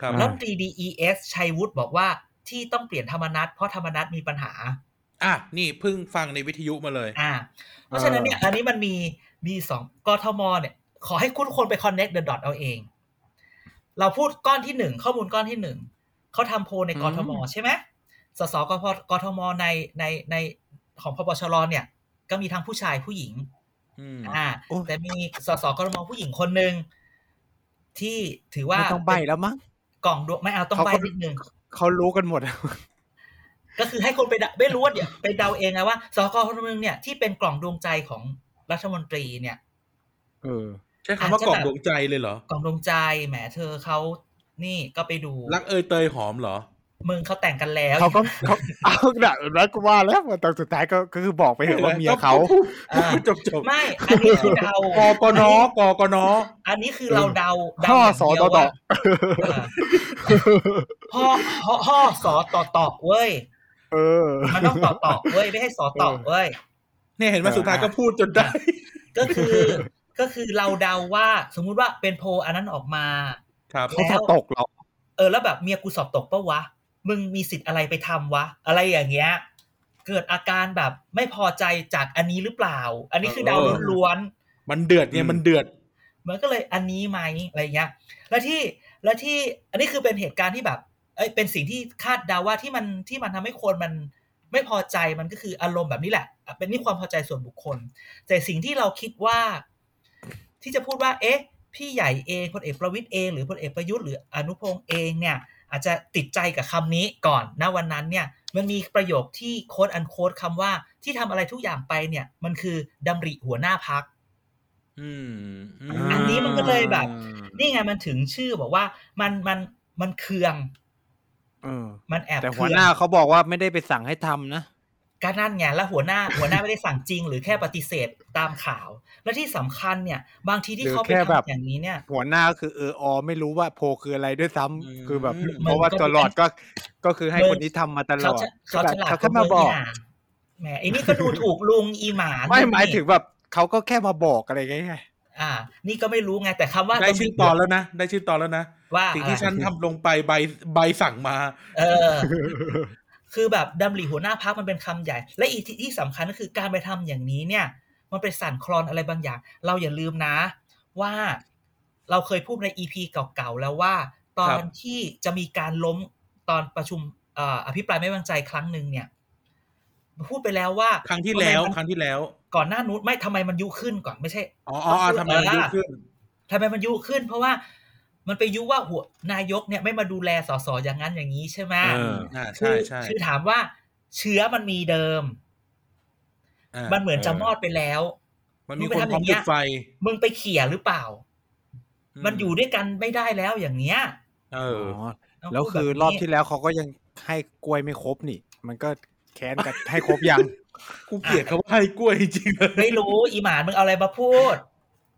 ครับ
รัฐมนตรี DES ชัยวุฒิบอกว่าที่ต้องเปลี่ยนธรรมนัตเพราะธรรมนัตมีปัญหา
อ่ะนี่เพิ่งฟังในวิทยุมาเลย
อ่า เพราะฉะนั้นเนี่ย อันนี้มันมีมีสองกทมเนี่ย ขอให้คุณคนไป connect the dot เอาเอง เราพูดก้อนที่หนึ่งข้อมูลก้อนที่หนึ่งเขาทำโพลใน
อืม
กทมใช่ไหมสสกพกทมในในใน ของพบชรเนี่ย ก็มีทั้งผู้ชายผู้หญิง
อืม
อ่า
โอ้ย
แต่มีสสกรมผู้หญิงคนหนึ่งที่ถือว่า
ไม่ต้องใบแล้วมั้ง
กล่องดวงไม่เอาต้อง
เขา
ใบ
ก็
นิดนึง
เขารู้กันหมด [laughs]
ก็คือให้คนไปเดาไม่รู้ว่าเดี๋ยวไปเดาเองนะว่าสกคนหนึ่งเนี่ยที่เป็นกล่องดวงใจของรัฐมนตรีเนี่ย
เออ
ใช้คำว่ากล่องดวงใจเลยเหรอ
กล่องดวงใจแหมเธอเขานี่ก็ไปดู
รักเอยเตยหอมเหรอ
มึงเขาแต่งกันแล้ว
เขาก็ [laughs] เขาเอาหนักนักกูว่าแล้วแต่สุดท้ายก็ก็คือบอกไปเถอะว่าเมียเขา
อ่า
จบจบ
ไม่อันนี้คือเดาก
กนกกน
อันนี้คือเราเดาเดา
ข้อ
อย่าง
สอต
เดี
อ
ยว
ต่อ
ว่าเออพ่อพ่อพ่อสอต่อต่อเว้ย
เออ
มันต้องต่อต่อเว้ยไม่ให้สอต่อเว้ย
เนี่ยเห็นไหม
เออ
สุดท้ายก็พูดจนได้
ก็คือก็คือเราเดาว่าสมมุติว่าเป็นโพลอันนั้นออกมา
ครับ
เขาสอบตกเหรอ
เออแล้วแบบเมียกูสอบตกปะวะ มึงมีสิทธิ์อะไรไปทำวะ อะไรอย่างเงี้ย เกิดอาการแบบไม่พอใจจากอันนี้หรือเปล่า อันนี้คือเดา
เออ
ล้วน
มันเดือดเนี่ยมันเดือด
ๆมันก็เลยอันนี้ไหมอะไรเงี้ย และที่และที่อันนี้คือเป็นเหตุการณ์ที่แบบเอ้ยเป็นสิ่งที่คาดเดาว่าที่มันที่มันทำให้คนมันไม่พอใจมันก็คืออารมณ์แบบนี้แหละอ่ะเป็นนี่ความพอใจส่วนบุคคล แต่สิ่งที่เราคิดว่า ที่จะพูดว่า เอ๊ะ พี่ใหญ่เองพลเอกประวิตยเองหรือพลเอกประยุทธ์หรืออนุพงษ์เองเนี่ย อาจจะติดใจกับคำนี้ก่อนณวันนั้นเนี่ย มันมีประโยคที่โค้ดอันโค้ดคำว่าที่ทำอะไรทุกอย่างไปเนี่ย มันคือดำริหัวหน้าพัก
อืม
อันนี้มันก็เลยแบบ นี่ไงมันถึงชื่อบอกว่ามันมันมันเคือง
เออ
มันแอบ
แต่
เคื
หัว
อง
หน้าเขาบอกว่าไม่ได้ไปสั่งให้ทำนะ
ก็นั่นไงแล้วหัวหน้า หัวหน้าไม่ได้สั่งจริง หรือแค่ปฏิเสธตามข่าว และที่สำคัญเนี่ย บางทีที่
หรือ
เขาไป
แค่แบบ
ทำอย่างนี้เนี่ย
หัวหน้าคือเอออไม่รู้ว่าโพลคืออะไรด้วยซ้ำคือแบบเพ
มัน
ราะว่า
ก็
ตัวหลอดก็ก็คือให้
มัน
คนที่ทำมาตล
เขา
อด
จะเขาฉลาด
เขาแค่มาบอก
ว่งแหมไอ้นี่ก็ดูถูกลุงอีหมา
ไม่
นี่
หมายถึงแบบเขาก็แค่มาบอกอะไรไง
อ่า นี่ก็ไม่รู้ไงแต่คำว่า
ได้ชื่อตอนแล้วนะ ได้ชื่อตอนแล้วนะ
ว่า
สิ่งที่
อะไร
ฉันทำลงไปใบใบสั่งมา
เออ คือแบบดำริหัวหน้าพักมันเป็นคำใหญ่ และอีกที่ที่สำคัญก็คือการไปทำอย่างนี้เนี่ย มันไปสั่นคลอนอะไรบางอย่าง เราอย่าลืมนะ ว่าเราเคยพูดในอีพีเก่าๆแล้วว่า ตอ
ครั
น
บ
ที่จะมีการล้มตอนประชุมเอ่ออภิปรายไม่ไว้วางใจครั้งหนึ่งเนี่ย พูดไปแล้วว่า
ครั้งที่แล้ว
ทำไมมัน
ครั้งที่แล้ว
ก่อนหน้านู้นไม่ทำไมมันยุขึ้นก่อนไม่ใช่
อ๋ออ๋ออ๋อทำไมมันดีขึ้น
ทำไมมันยุขึ้น เพราะว่ามันไปยุว่าหัวนายกเนี่ยไม่มาดูแลสสอย่างนั้นอย่างนี้ใช่ไหม
เอออ่า
คื
ใช่ใช่
คือถามว่าเชื้อมันมีเดิม
า
มันเหมือนจะมอดไปแล้ว
มันมีคนพร้อมจุดไฟ
มึงไปเขี่ยหรือเปล่า มันอยู่ด้วยกันไม่ได้แล้วอย่างเนี้ย
เอ
เอ
อ
อ
ต้อง
แล้ว
พูด
คือ
บบนี้
รอบที่แล้วเขาก็ยังให้กล้วยไม่ครบนี่ มันก็แค้นกัน ให้ครบยัง
[laughs]
กูเกลียดเขาว่าให้กล้วยจริงๆเลย
ไม่รู้อีหมานมึงเอาอะไรมาพูด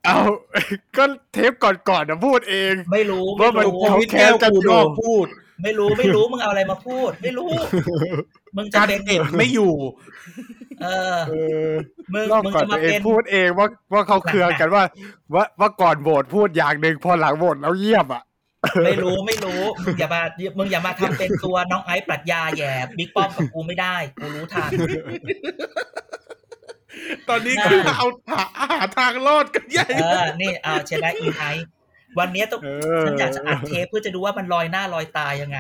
เอา [laughs] ก็เทปก่อนๆนะพูดเอง
ไม่รู้ไม่
ว่ามัน
รู้
โควิดแก้วกูโดนพูด
ไม่รู้ไม่รู้มึงเอาอะไรมาพูด ไม่รู้ มึงจะ
การ
เป็น
เด็ดไม่อยู่
เออ
เออ
มึง
รอบ
มึง
ก่อน
จะ
ตั
มาว
เอง
เป็น
พูดเองว่าว่าเขาเคืองกันว่า ว่าว่าก่อนโหวตพูดอย่างหนึ่งพอหลังโหวตแล้วเยี่ยมอ่ะ
ไม่รู้ไม่รู้มึงอย่ามามึงอย่ามาทำเป็นตัวน้องไอซ์ปรัชญาแหย่บิ๊กป้อมกับกูไม่ได้กูรู้ทัน
ตอนนี้ก็เอาหาหาทางรอดกันใหญ่
เออนี่เอาเชนะอีไอซ์วันเนี้ยต้อง
เออ
ฉันอยากจะอัดเทปเพื่อจะดูว่ามันลอยหน้าลอยตายังไง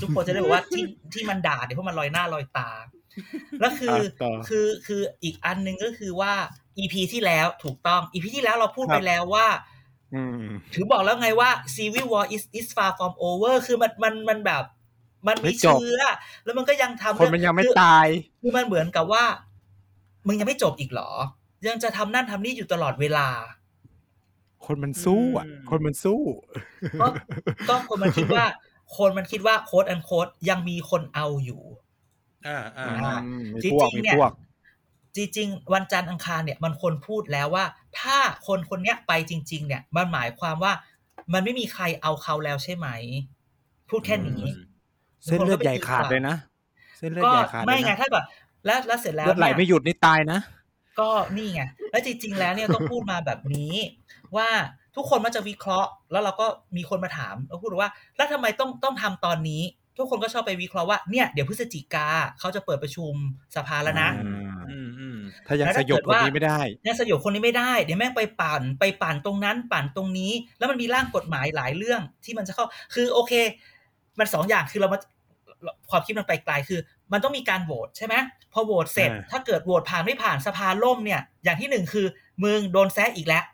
ทุกคนจะได้บอกว่า [laughs] ที่ที่มันด่าเนี่ยเพราะมันลอยหน้าลอยตา แล้วคือ
อ่ะต่อ
คือคืออีกอันหนึ่งก็คือว่าอีพีที่แล้วถูกต้องอีพีที่แล้วเราพูดไปแล้วว่า
อืม
ถือบอกแล้วไงว่า Civil War is is far from over คือมันมันมันแบบ มัน
ไม่
มี
จบ
เชื้อ แล้วมันก็ยังทำ
คนมันยังไม่
คือ
ตาย
คือมันเหมือนกับว่า มึงยังไม่จบอีกเหรอ ยังจะทำนั่นทำนี่อยู่ตลอดเวลา
คนมันสู้อ่ะ
อืม
คนมันสู้
ก็ก็คนมันคิดว่า คนมันคิดว่าโค้ดอันโค้ดยังมีคนเอาอยู่
อ่าอ่า
อ่า
อืม
จริ
มีพวกมี
งๆเนี่ย
พวก
จริงๆ วันจันทร์อังคารเนี่ยมันคนพูดแล้วว่า ถ้าคนคนเนี้ยไปจริง ๆ เนี่ยมันหมายความว่า มันไม่มีใครเอาเขาแล้วใช่ไหม พูดแค่นี้
เส้นเลือดใหญ่ขาดเลยนะ เส้นเลือด
ก็
ใหญ่ขาดเล
ไม่
ย
ไง
นะ
ถ้าแบบแล้วแล้วเสร็จแล้ว
เลือดไหล
นี่ย
ไม่หยุดนี่ตายนะ
ก็นี่ไง แล้วจริงๆ แล้วเนี่ยต้องพูดมาแบบนี้ ว่าทุกคนมันจะวิเคราะห์ แล้วเราก็มีคนมาถามแล้วพูดว่า แล้วทำไมต้องต้องทำตอนนี้ ทุกคนก็ชอบไปวิเคราะห์ว่าเนี่ยเดี๋ยวพฤศจิกาเขาจะเปิดประชุมสภาแล้วนะ
อืม
อืมอืม
ถ้ายัง
แล้ว
ส
ถ้าย
บ
เกิด
คน
ว่า
นี้ไม่ได้
เนี่ยสยบคนนี้ไม่ได้เดี๋ยวแม่งไปปั่นไปปั่นตรงนั้น ปั่นตรงนี้ แล้วมันมีร่างกฎหมายหลายเรื่องที่มันจะเข้า คือโอเค มันสองอย่างคือเรามาความคิดมันไปไกลคือ มันต้องมีการโหวตใช่ไหมพอโหวตเสร็จ
อ่า
ถ้าเกิดโหวตผ่านไม่ผ่านสภาล่มเนี่ย อย่างที่หนึ่งคือมึงโดนแซะอีกแล้ว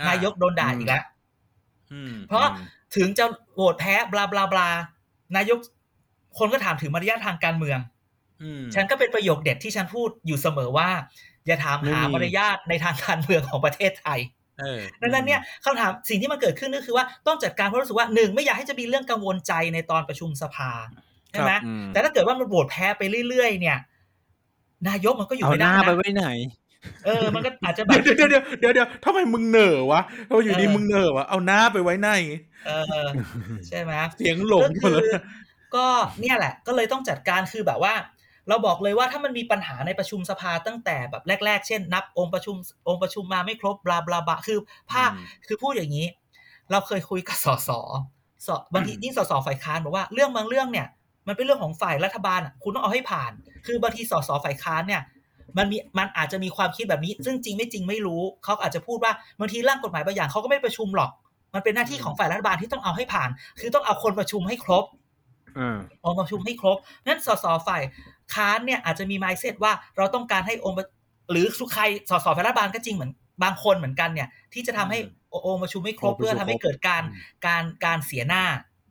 อ่ะ
นายกโดนด่าอีกแล้ว
อืม
เพราะ
อืม
ถึงจะโหวตแพ้บลาบลาบลานายกคนก็ถามถึงมารยาททางการเมือง
อืม
ฉันก็เป็นประโยคเด็ดที่ฉันพูดอยู่เสมอว่า อย่าถามหา
ไม่มี
มารยาทในทางการเมืองของประเทศไทย
เออ
ดังนั้นเนี่ยคำถามสิ่งที่มันเกิดขึ้นก็คือว่าต้องจัดการเพราะรู้สึกว่าหนึ่งไม่อยากให้จะมีเรื่องกังวลใจในตอนประชุมสภาใช่ไหม
ครับอืม
แต่ถ้าเกิดว่ามันโหวตแพ้ไปเรื่อยๆ เนี่ย นายกมันก็อยู่
เอา
ไม่
ห
ได้
น้าไป
นะ
ไว้ไหน
เออมันก็อาจจะแบบ
[laughs]
เดี๋ยวเดี๋ยวเดี๋ยวเดี๋ยวเดี๋ยวทำไมมึงเหน่อวะทำไมอยู่ดี
เออ
มึงเหน่อวะเอาหน้าไปไว้ใน
เออใช่ไหม
เสียงหลง
ก็
หม
คื
ด
อ
แล้ว
ก็เนี่ยแหละ ก็เลยต้องจัดการคือแบบว่า เราบอกเลยว่าถ้ามันมีปัญหาในประชุมสภาตั้งแต่แบบแรก ๆ เช่น นับองค์ประชุมองค์ประชุมมาไม่ครบบลาบลาบลาคือภาค
อืม
คือพูดอย่างนี้ เราเคยคุยกับ [laughs] สสสบางทียิ่งสสฝ่ายค้านบอกว่าเรื่องบางเรื่องเนี่ย มันเป็นเรื่องของฝ่ายรัฐบาลอะคุณต้องเอาให้ผ่าน คือบางทีสสฝ่ายค้านเนี่ย มันมีมันอาจจะมีความคิดแบบนี้ ซึ่งจริงไม่จริงไม่รู้เขาอาจจะพูดว่าบางทีร่างกฎหมายบางอย่างเขาก็ไม่ประชุมหรอก มันเป็นหน้าที่ของฝ่ายรัฐบาลที่ต้องเอาให้ผ่าน คือต้องเอาคนประชุมให้ครบ
อ่า
องค์ประชุมให้ครบนั้นสสฝ่ายค้านเนี่ยอาจจะมีไมเซตว่าเราต้องการให้องค์ประหรือสุใครสสฝ่ายรัฐบาลก็จริงเหมือนบางคนเหมือนกันเนี่ย ที่จะทำให้องค์ประชุมไม่ครบ
องค์ประชุม
เพื่อทำให้เกิดการ
อืม
การการเสียหน้า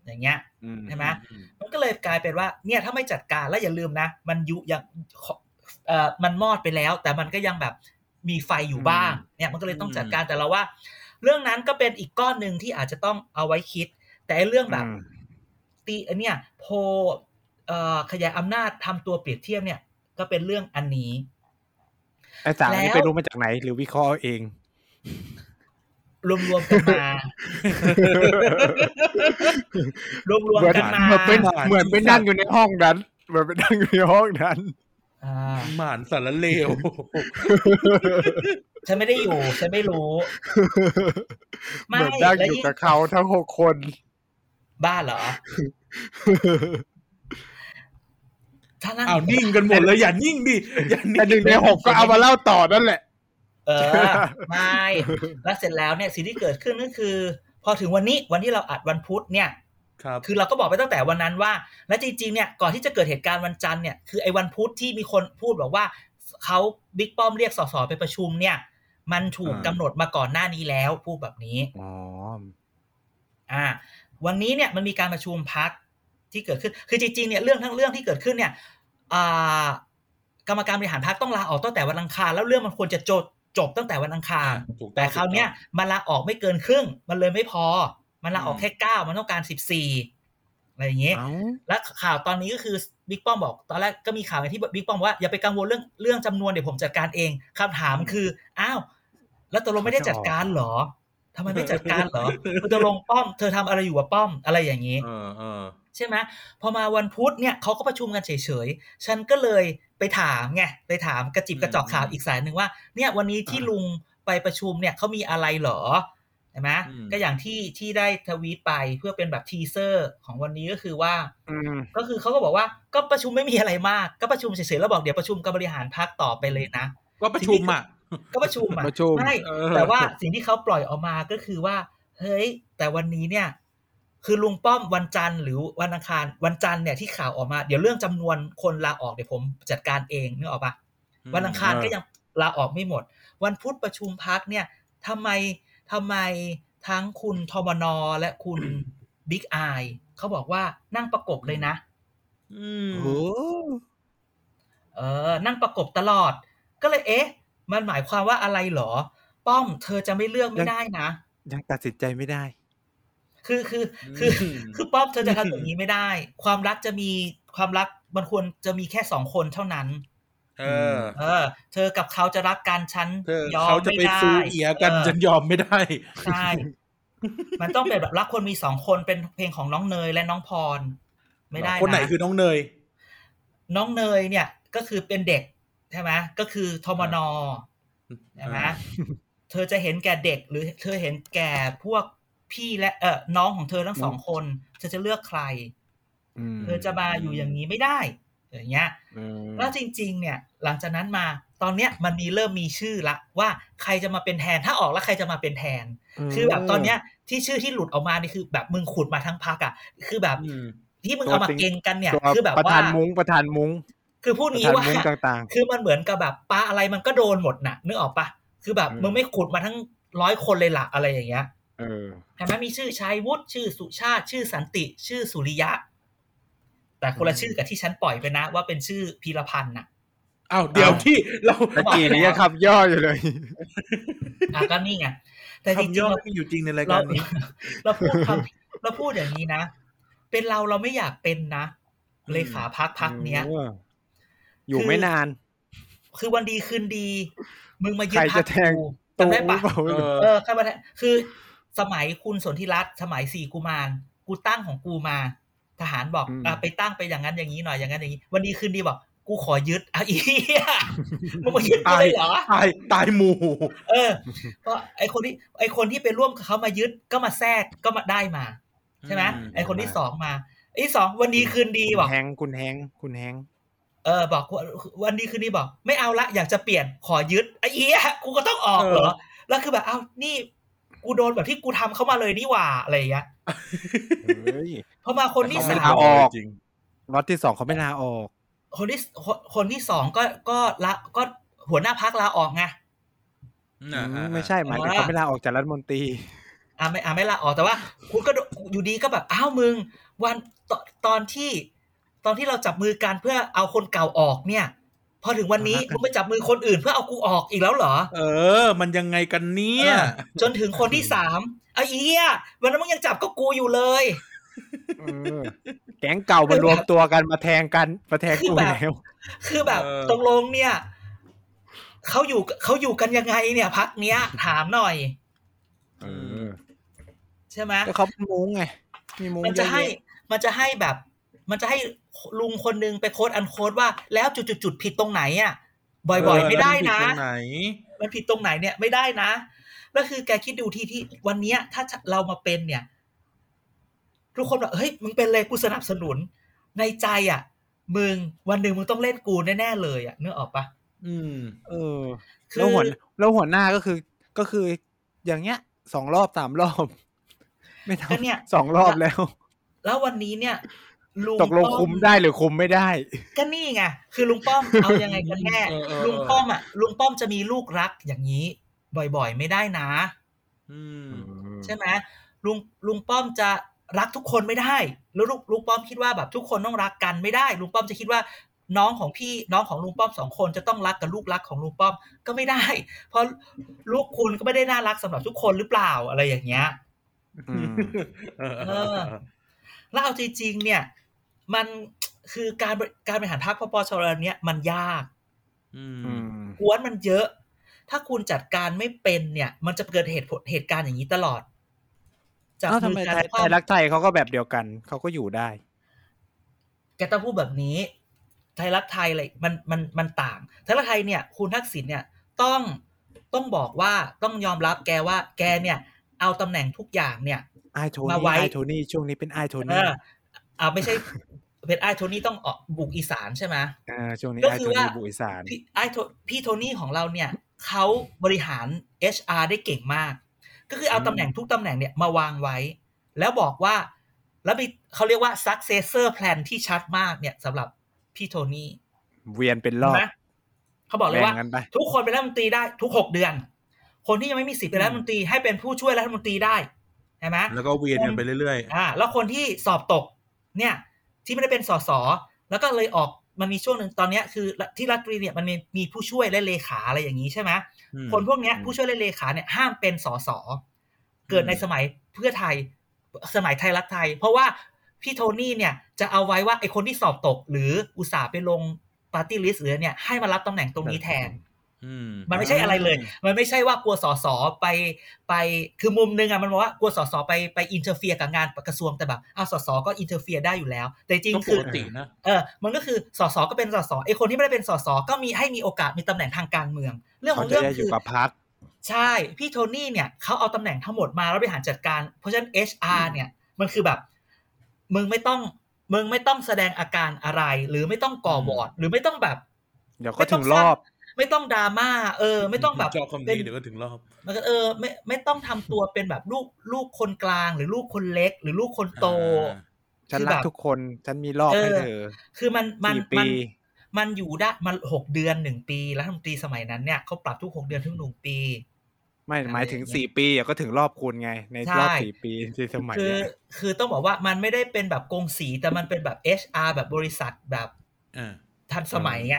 อย่างเงี้ย ใช่ไหมมันก็เลยกลายเป็นว่าเนี่ยถ้าไม่จัดการแล้วอย่าลืมนะ มันยุยังขอเอ่อมันมอดไปแล้ว แต่มันก็ยังแบบมีไฟอยู่บ้างเนี่ยมันก็เลยต้องจัดการแต่เราว่า เรื่องนั้นก็เป็นอีกก้อนหนึ่งที่อาจจะต้องเอาไว้คิด แต่ไอ้เรื่องแบบ
อืม
ตีไอ้เนี่ยโพลเอ่อขยายอำนาจทำตัวเปรียบเทียบเนี่ย ก็เป็นเรื่องอันนี้
ไอ้สาม
แล้ว
นี้ไปรู้มาจากไหน หรือวิเคราะห์เอาเอง
รวมๆกันมา
[laughs]
รวม
เหมือ
ๆ
น
กันมา
เหมือนเป็น
อ่า
เหมือนเป็นนั่งอยู่ในห้องนั้นเหมือนเป็นนั่งอยู่ในห้องนั้น
อ่า
หมานสารเลว
ฉันไม่ได้อยู่ ฉันไม่รู้
เห
ไม่
มือนนั่ง
แล้ว
อยู่
ยิ่ง
กับเขาทั้งหกคน
บ้าเหรอ ถ้านั่ง
อ้าวนิ่งกันหมดเลยอย่านิ่งดิอย่านิ่
แต่หนึ่งในหกก็เอามาเล่าต่อนั่นแหละ
เออ ไม่ แล้วเสร็จแล้วเนี่ยสิ่งที่เกิดขึ้นก็คือ พอถึงวันนี้วันที่เราอัดวันพุธเนี่ย
ครับ
คือเราก็บอกไปตั้งแต่วันนั้นว่า และจริงๆ เนี่ย ก่อนที่จะเกิดเหตุการณ์วันจันทร์เนี่ย คือไอ้วันพุธที่มีคนพูดบอกว่าเขาบิ๊กป้อมเรียกสสไปประชุมเนี่ย มันถูก
อ่า
กำหนดมาก่อนหน้านี้แล้วพูดแบบนี้
อ๋อ
อ่า วันนี้เนี่ยมันมีการประชุมพักที่เกิดขึ้น คือจริงๆ เนี่ยเรื่องทั้งเรื่องที่เกิดขึ้นเนี่ย อ่า กรรมการบริหารพักต้องลาออกตั้งแต่วันอังคาร แล้วเรื่องมันควรจะจบจบตั้งแต่วันอังคาร
ถูกอง
แต่คราวเนี้ย
ถูก
มันลาออกไม่เกินครึ่ง มันเลยไม่พอ มันลาออก
อืม
แค่เก้ามันต้องการสิบสี่อะไรอย่างเงี้ย
เอ้า
และข่าวตอนนี้ก็คือบิ๊กป้อมบอก ตอนแรกก็มีข่าวอย่างที่บิ๊กป้อมว่าอย่าไปกังวลเรื่องเรื่องจำนวนเดี๋ยวผมจัดการเองคำถามคืออ้าวแล้วตกลงไม่ได้จัดการเหรอทำไมไม่จัดการเหรอตกลงป้อม เธอทำอะไรอยู่วะป้อมอะไรอย่างนี้
ต้องเออเออ
ใช่ไหมพอมาวันพุธเนี่ยเขาก็ประชุมกันเฉยๆ ฉันก็เลยไปถามไงไปถามกระจิบกระจอกข่าวอีกสายหนึ่งว่า เนี่ยวันนี้ที่ลุงไปประชุมเนี่ยเขามีอะไรเหรอใช่ไหมก็อย่างที่ที่ได้ทวีตไปเพื่อเป็นแบบทีเซอร์ของวันนี้ก็คือว่า
อืม
ก็คือเขาก็บอกว่าก็ประชุมไม่มีอะไรมากก็ประชุมเฉยๆแล้วบอกเดี๋ยวประชุมกับบริหารพักต่อไปเลยนะ
ก็ประชุมอ่ะ
ก็ประชุมอ่ะ
ประชุม
ไม่
เออ
แต่ว่าสิ่งที่เขาปล่อยออกมาก็คือว่า เฮ้ย แต่วันนี้เนี่ย คือลุงป้อมวันจันทร์หรือวันอังคารวันจันทร์เนี่ยที่ข่าวออกมาเดี๋ยวเรื่องจำนวนคนลาออกเดี๋ยวผมจัดการเองนึกออกปะวันอังคารก็ยังลาออกไม่หมด วันพุธประชุมพักเนี่ยทำไมทำไมทั้งคุณทมนและคุณบิ๊กไอเขาบอกว่านั่งประกบเลยนะ
อืม
โอ้
เออ นั่งประกบตลอด ก็เลยเอ๊ะ มันหมายความว่าอะไรเหรอ ป้อม เธอจะไม่เลือกไม่ได้นะ
ยังตัดสินใจไม่ได้
คือคือคือ
อืม
คือป้อมเธอจะทำแบบนี้ไม่ได้ ความรักจะมีความรักมันควรจะมีแค่สองคนเท่านั้น
เออ
เออ เธอกับเขาจะรักกันฉัน
เธอย
อม
เขาจะ
ไม่
ไป
ได้
ซื้อเอียกัน
เออ
จนยอมไม่ได้
ใช่มันต้องเป็นแบบรักคนมีสองคนเป็นเพลงของน้องเนยและน้องพร ไม่ได้ะ
คนไหนคือน้องเนย
น้องเนยเนี่ยก็คือเป็นเด็กใช่ไหมก็คือทมนใช่ไหม
อ่า
เธอจะเห็นแก่เด็ก หรือเธอเห็นแก่พวกพี่และเออน้องของเธอทั้งสองคน เธอจะเลือกใคร
อืม
เธอจะมาอยู่อย่างนี้ไม่ได้อย่างเงี้ย
อืม
แล้วจริง ๆ เนี่ย หลังจากนั้นมาตอนเนี้ยมันมีเริ่มมีชื่อละ ว่าใครจะมาเป็นแทนถ้าออกแล้วใครจะมาเป็นแทน คือแบบตอนเนี้ยที่ชื่อที่หลุดออกมานี่คือ แบบมึงขุดมาทั้งพักอ่ะคือแบบ
อืม
จ ที่มึงเอามาเก่งกันเนี่ย
ตัว
คือแบบ
ประ
ว่า
ธานมุ้งประธานมุ้ง
คือพูด
ประ
งี้
ธาน
ว่า
มุ้งต่าง
คือมันเหมือนกับแบบปลาอะไรมันก็โดนหมดน่ะนึกออกปะคือแบบ
อืม
มึงไม่ขุดมาทั้งร้อยคนเลยละอะไรอย่างเงี้ย
ๆ เออ
เห็นไหมมีชื่อชัยวุฒิชื่อสุชาติ ชื่อสันติ ชื่อสุริยะ แต่คนละ
อืม
ชื่อกับที่ฉันปล่อยไปนะ ว่าเป็นชื่อพีรพันธ์น่ะ
อ้าวเดี๋ยว
อ้าว
ที่เรา
ตะกี้นี้ยังขับย่ออยู่เลย
อ่ะก็นี่ไงแต่จริง
คำ
ๆ
ย่อ
เรา
ที่อยู่จริงในราย
เรา
การนี้
[laughs] เราพูดคำเราพูดอย่างนี้นะ เป็นเราเราไม่อยากเป็นนะเลขาพักพักเนี้ย
เอออยู่ไม่นาน
คือวันดีคืนดี มึงมายึด
ใคร
พั
จะ
ก
แทง
กูจำได้ปะ
ตู้หรือเปล่าไม่
เอ
รู้
อ
เออครับว่าคือสมัยคุณสนธิรัตน์สมัยสี่กุมาร กูตั้งของกูมา ทหารบอก
อืม
อ่ะไปตั้งไปอย่างนั้นอย่างนี้หน่อยอย่างนั้นอย่างนี้ วันดีคืนดีบอกกูขอยึดเอาอีเหี้ย [laughs] มึงมายึดกูเลยเหรอ
ตายตายหมู่
เออก็ไอคนที่ไอคนที่ไปร่วมกับเขามายึดก็มาแทรกก็มาได้มา ใช่ไหม
อื
ไอคนที่สองมาไอที่สองวันดีคืนดี
คุณ
บอก
แฮงค์คุณแฮงค์คุณแฮงค์
เออบอกว่าวันดีคืนดีบอก ไม่เอาละอยากจะเปลี่ยนขอยึดไอเอี้ยกูก็ต้องออกเหรอแล้วคือแบบเอ้านี่ กูโดนแบบที่กูทำเข้ามาเลยนี่หว่าอะไรอย่างเงี้ย
เฮ้ย
พอมาคนที่
เข
สา
ไม่
ล
ม
ทำะไรจริง
ล็อตที่สองเขาไม่ลาออก
คนที่คนคนที่สองก็ก็ละก็หัวหน้าพักลาออกไง
อ่าอ่า
ไม่ใช่หมายถึง
อ่า
เขาไม่ลาออกจากรัฐมนตรี
อ่าไม่อ่าไม่ลาออกแต่ว่า คุณก็โดอยู่ดีก็แบบอ้าวมึง วันตอนตอนที่ ตอนที่เราจับมือกันเพื่อเอาคนเก่าออกเนี่ย พอถึงวันนี้
เอาละกัน
มึงไปจับมือคนอื่นเพื่อเอากูออกอีกแล้วเหรอ
เออ มันยังไงกันเนี่ย
ออจนถึงคนที่สามไอ้เอี้ยวันนั้นมึงยังจับก็กูอยู่เลย
เออ แก๊งเก่ามารวมตัวกันมาแทงกันมาแทง
คือ
กู
แบบ
แล้ว
คือแบบ
เออ
ตกลงเนี่ยเขาอยู่เขาอยู่กันยังไงเนี่ยพักเนี้ย ถามหน่อย
เออ
ใช่ไหม
ก็เขาเป็นมุ้งไงมีมุ้ง
มันจะ
เยอ
ให้มันจะให้แบบ มันจะให้ลุงคนนึงไปโค้ดอันโค้ดว่าแล้วจุดจุดจุดๆๆผิดตรงไหนอ่ะ บ่อยๆ ไม่ได้นะ
เออแล้วมัผิตรงไหน
มันผิดตรงไหนเนี่ยไม่ได้นะแล้วคือแกคิดดูที่ที่วันเนี้ย ถ้าเรามาเป็นเนี่ย ทุกคนแบบเฮ้ยมึงเป็นเลยกูสนับสนุน ในใจอ่ะ มึงวันหนึ่งมึงต้องเล่นกูแน่ๆเลยอ่ะนึกออกปะ
อืม
เออ
คือ
แล้วหัวแล้วหัวหน้าก็คือก็คืออย่างเงี้ยสองรอบสามรอบ [laughs] ไม่
ก็
ทำ
เนี่ย
สองรอบแล้ว
แล้ววันนี้เนี่ยลุง
ตกลง
ป้อ
คุมได้หรือคุมไม่ได้
ก็นี่ไง คือลุงป้อม เอายังไงกันแน่
เออเออ
ลุงป้อมอ่ะ ลุงป้อมจะมีลูกรักอย่างนี้ บ่อยๆ ไม่ได้นะ
อืม
ใช่ไหมลุงลุงป้อมจะรักทุกคนไม่ได้ แล้วลุงลุงป้อมคิดว่าแบบทุกคนต้องรักกันไม่ได้ ลุงป้อมจะคิดว่าน้องของพี่น้องของลุงป้อมสองคนจะต้องรักกับลูกรักของลุงป้อมก็ไม่ได้ [laughs] เพราะลูกคุณก็ไม่ได้น่ารักสำหรับทุกคนหรือเปล่าอะไรอย่างเงี้ย
อืม
เออ
เออ แล้วเอาจริงๆเนี่ย มันคือการบริการบริหารพรรคพปชรเนี้ยมันยาก
อืม
กวนมันเยอะ ถ้าคุณจัดการไม่เป็นเนี่ย มันจะเกิดเหตุผลเหตุการณ์อย่างนี้ตลอดจับ
เอ้าทำ
มื
ไม
อกั
ไท
น
ย
แล้
ไท
วก็
ยรักไทยเขาก็แบบเดียวกัน เขาก็อยู่ได้
แกต้องพูดแบบนี้ ไทยรักไทยอะไรมันมันมันต่างไทยรักไทยเนี่ย คุณทักษิณเนี่ยต้องต้องบอกว่าต้องยอมรับแกว่า แกเนี่ย เอาตำแหน่งทุกอย่างเนี่ย
ไอโท
มา
นี่
ไว้
ไอโทนี่ช่วงนี้เป็นไอโท
เอ
นี่
อเอาไม่ใช่ เป็นไอ้โทนี่ต้องออกบุกอีสานใช่ไหม
อ่าช่วงนี้
ก็
ไอ
คื
โท
อว่า
นี่บุญสาร
พี่ไอ้โทพี่โทนี่ของเราเนี่ยเขาบริหาร HR ได้เก่งมาก ก็คือเอาตำแหน่งทุกตำแหน่งเนี่ยมาวางไว้ แล้วบอกว่าแล้วมีเขาเรียกว่า successor plan ที่ชัดมากเนี่ยสำหรับพี่โทนี่
เวียนเป็นรอบ
ใช่ไหมเขาบอกเลยว่า
แบ่งกันไป
ทุกคนเป็นรัฐมนตรีได้ทุกหกเดือน คนที่ยังไม่มีสิทธิ์เป็นรัฐมนตรีให้เป็นผู้ช่วยรัฐมนตรีได้ใช่ไหม
แล้วก็เวียนกันไปเรื่อย
อ่าแล้วคนที่สอบตกเนี่ย ที่ไม่ได้เป็นสสแล้วก็เลยออกมันมีช่วงหนึ่งตอนเนี้ยคือที่รัฐมนตรีเนี่ยมันมีมีผู้ช่วยและเลขาอะไรอย่างนี้ใช่ไหม
ๆอืม
คนพวกเนี้ย
อืม
ผู้ช่วยและเลขาเนี่ยห้ามเป็นสสเกิดในสมัยเพื่อไทยสมัยไทยรักไทย เพราะว่าพี่โทนี่เนี่ยจะเอาไว้ว่าไอคนที่สอบตก หรืออุตส่าห์ไปลงปาร์ตี้ลิสต์หรือเนี่ยให้มารับตำแหน่งตรงนี้แทน
อื
มันไม่ใช่อะไรเลย มันไม่ใช่ว่ากลัวสสไปไป คือมุมหนึงอะมันบอกว่ากลัวสสไปไปอินเทอร์เฟียกับงานกระทรวงแต่แบบอ้าวสสก็อินเทอร์เฟียได้อยู่แล้ว แต่จริง
ก็ป
คือก
ตินะ
เออมันก็คือสสก็เป็นสสไอคนที่ไม่ได้เป็นสสก็มีให้มีโอกาสมีตำแหน่งทางการเมือง เรื่องข
เขา
อง
จะ
เรื่อง
ได้อ
คื
ยู่
อ
กับพัก
ใช่พี่โทนี่เนี่ยเขาเอาตำแหน่งทั้งหมดมาแล้วบริหารจัดการ เพราะฉะนั้น HR เนี่ยมันคือแบบ มึงไม่ต้องมึงไม่ต้องแสดงอาการอะไร หรือไม่ต้องก่อวอร์ดหรือไม่ต้องแบบ
เดี๋ยวก็ถึงรอบ
ไม่ต้องดราม่าเออ ไม่ต้องแบบ
เจอคอมดีเดี๋ยวก็ถึงรอบ
มันก็เออไม่ไม่ต้องทำตัวเป็นแบบลูกลูกคนกลางหรือลูกคนเล็ก หรือลูกคนโต
ฉันรักทุกคน ฉันมีรอบให้เธอ
คือมันมัน
สี่
มั
ปี
นมันอยู่ได้มันหกเดือนหนึ่งปีรัฐมนตรีสมัยนั้นเนี่ยเขาปรับทุกหกเดือนทุกหนึ่งปี
ไม่หมายถึง
อะไรอย่างเงี้ย
สี่ปีอะก็ถึงรอบคุณไง ในรอบ
ใช่
สี่ปีที่สมัย
คือ
เนี้ย
คือต้องบอกว่ามันไม่ได้เป็นแบบกงสีแต่มันเป็นแบบ HR แบบบริษัทแบบ
อ่า
ทันสมัยไง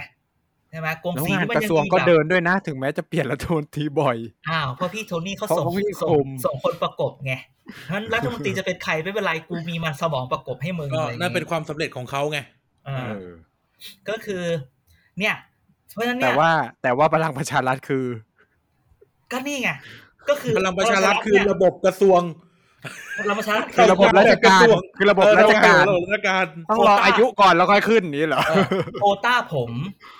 ใช่ไหมกง
แล้ว
สี
งาน
ที่มั
ก
น
ระ
ยัง
ทรวง
มี
ก็
แบบ
เดินด้วยนะ ถึงแม้จะเปลี่ยนรัฐมนตรีบ่อย
อ้าวเพราะพี่โทนี่เขาส่ง
เพราะพี่
ส่ง
คุม
ส่งคนประกบไงเพราะฉะนั้นรัฐมนตรีจะเป็นใครไม่เป็นไรกูมีมันสมองประกบให้มึง
ก็
อะไรอย่าง
นั่นเป็น
งี้
ความสำเร็จของเขาไง
อ่า
เออ
ก็คือ เนี่ย เพราะฉะนั้น
แต่
เนี่ย
ว่าแต่ว่าพลังประชารัฐคือ
ก็นี่ไงก็คือ
พลังประชารัฐคือ
เนี่ย
ระบบกระทรวง
พลังประชารัฐ
คือระบบราชการคือระบบราชการ
เออระบบราชการ
ต้องรอ
โควต้า
อายุก่อนแล้วค่อยขึ้นนี้เหรอ
เออ
โควต้าผม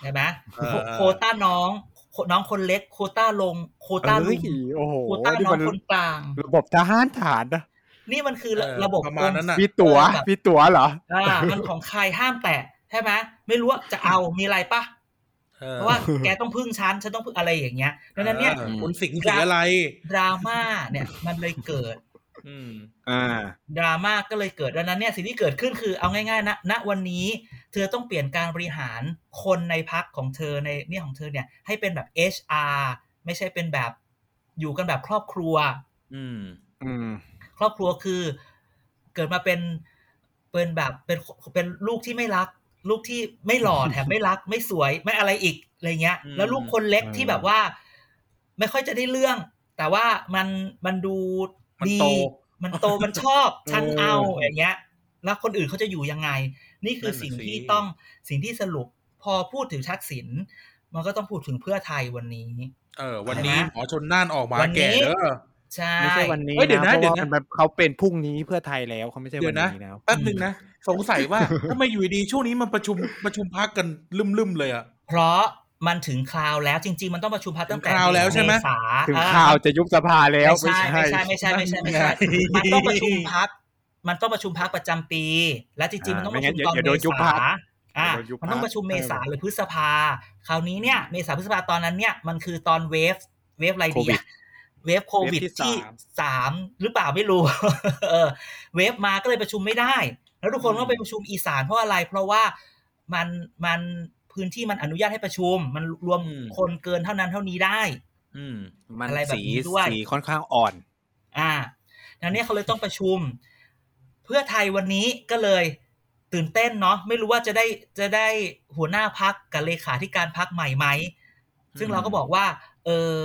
ใช่ไหม
เออ
โควต้าน้องโคน้องคนเล็ก โควต้าลง โควต้าลุ
เอ้
ง
ยโอ้โห
โควต้า
นี่
น้อ
มั
ง
น
คนกลาง
ระบบทหารฐานนะ
นี่มันคือ
เออ
ระบบ
ประมาณนั้นน่ะ
มีตั๋วมีตั๋วเหรอ
อ่ามันของใครห้ามแตะใช่ไหมไม่รู้ว่าจะ [laughs] เอามีอะไรปะ
ออ
เพราะว่าแกต้องพึ่งฉันฉันต้องพึ่งอะไรอย่างเงี้ยดังนั้นเนี่ย
ออคุณสิงห์สีอะไร
ดราม่าเนี่ยมันเลยเกิด
อืม
อ่า
ดราม่าก็เลยเกิดดังนั้นเนี่ยสิ่งที่เกิดขึ้นคือเอาง่ายๆนะณวันนี้ เธอต้องเปลี่ยนการบริหารคนในพักของเธอในเนี่ยของเธอเนี่ย ให้เป็นแบบ HR ไม่ใช่เป็นแบบอยู่กันแบบครอบครัว
อืม
อืม
ครอบครัวคือเกิดมาเป็นเป็นแบบเป็นเป็นลูกที่ไม่รัก ลูกที่ไม่หล่อ แถมไม่รัก ไม่สวยไม่อะไรอีกอะไรเงี้ย
อืม
แล้วลูกคนเล็ก
เออ
ที่แบบว่า ไม่ค่อยจะได้เรื่อง แต่ว่ามันมันดู
มัน
ดี
โต
มันโตมันชอบ ฉัน
เออ
เอาอย่างเงี้ย แล้วคนอื่นเขาจะอยู่ยังไง นี่คือ
นั่นน่ะ
สิ่ง
สิ
ที่ต้องสิ่งที่สรุปพอพูดถึงทักษิณมันก็ต้องพูดถึงเพื่อไทยวันนี้
เออ วันนี้
ใช่ไหม
หมอชนน่านออกมา
วันนี้
แก่เด้อ
ใช่
ไม่ใช่วันนี้
เอ้ยเดี๋ยวนะ
นะเพราะ
เดี๋ยว
ว่า
นะ
มันเขาเป็นพรุ่งนี้เพื่อไทยแล้วเขาไม่ใช่
เดี๋
วั
ยว
น
นะ
นี้แล้ว
แป๊บหนึงนะ สงสัยว่า [laughs] ทำไมอยู่ดีๆช่วงนี้มันประชุมประชุมพักกันลืมๆเลยอ่ะ
เพราะมันถึงคราวแล้วจริง ๆ มันต้องประชุมพักตั้งแต่
ถึงคราวแล้วใช่ไหม
เษา
ถึง
อ่
ข่าวจะยุบสภาแล้ว
ไม่ใช่ไม่ใช่ไม่ใช่ไม่ใช่ไม่ใช่
นั่นไง
มันต้องประชุมพักมันต้องประชุมพักประจำปี และจริงๆมันต้องประชุม
อ่าไม่งั้น
ตอน
เดี๋ยว
เม
โดนยุบพรร
ษา
ค
อ่ะ
เดี๋ยวโดนยุบพรรค
มันต้องประชุมเมษาหรือพฤษภา คราวนี้เนี่ยเมษาพฤษภาตอนนั้นเนี่ยมันคือตอนเวฟเวฟอะไรดีอะเวฟโควิด
เวฟที่
ที่
สาม
สามหรือเปล่าไม่รู้ [laughs] เออเวฟมาก็เลยประชุมไม่ได้ แล้วทุกคนก็ไปประชุมอีสานเพราะอะไร เพราะว่ามันมันพื้นที่มันอนุญาตให้ประชุม มันรวม
อืม
คนเกินเท่านั้นเท่านี้ได้
อืม
มัน
อะไรแบบ
สี
นี้ด้วย
สีค่อนข้างอ่อน
อ่าดังนี้นเขาเลยต้องประชุม เพื่อไทยวันนี้ก็เลยตื่นเต้นเนาะไม่รู้ว่าจะได้จะได้หัวหน้าพักกับเลขาธิการพักใหม่ไหม ซึ่ง
อืม
เราก็บอกว่า เออ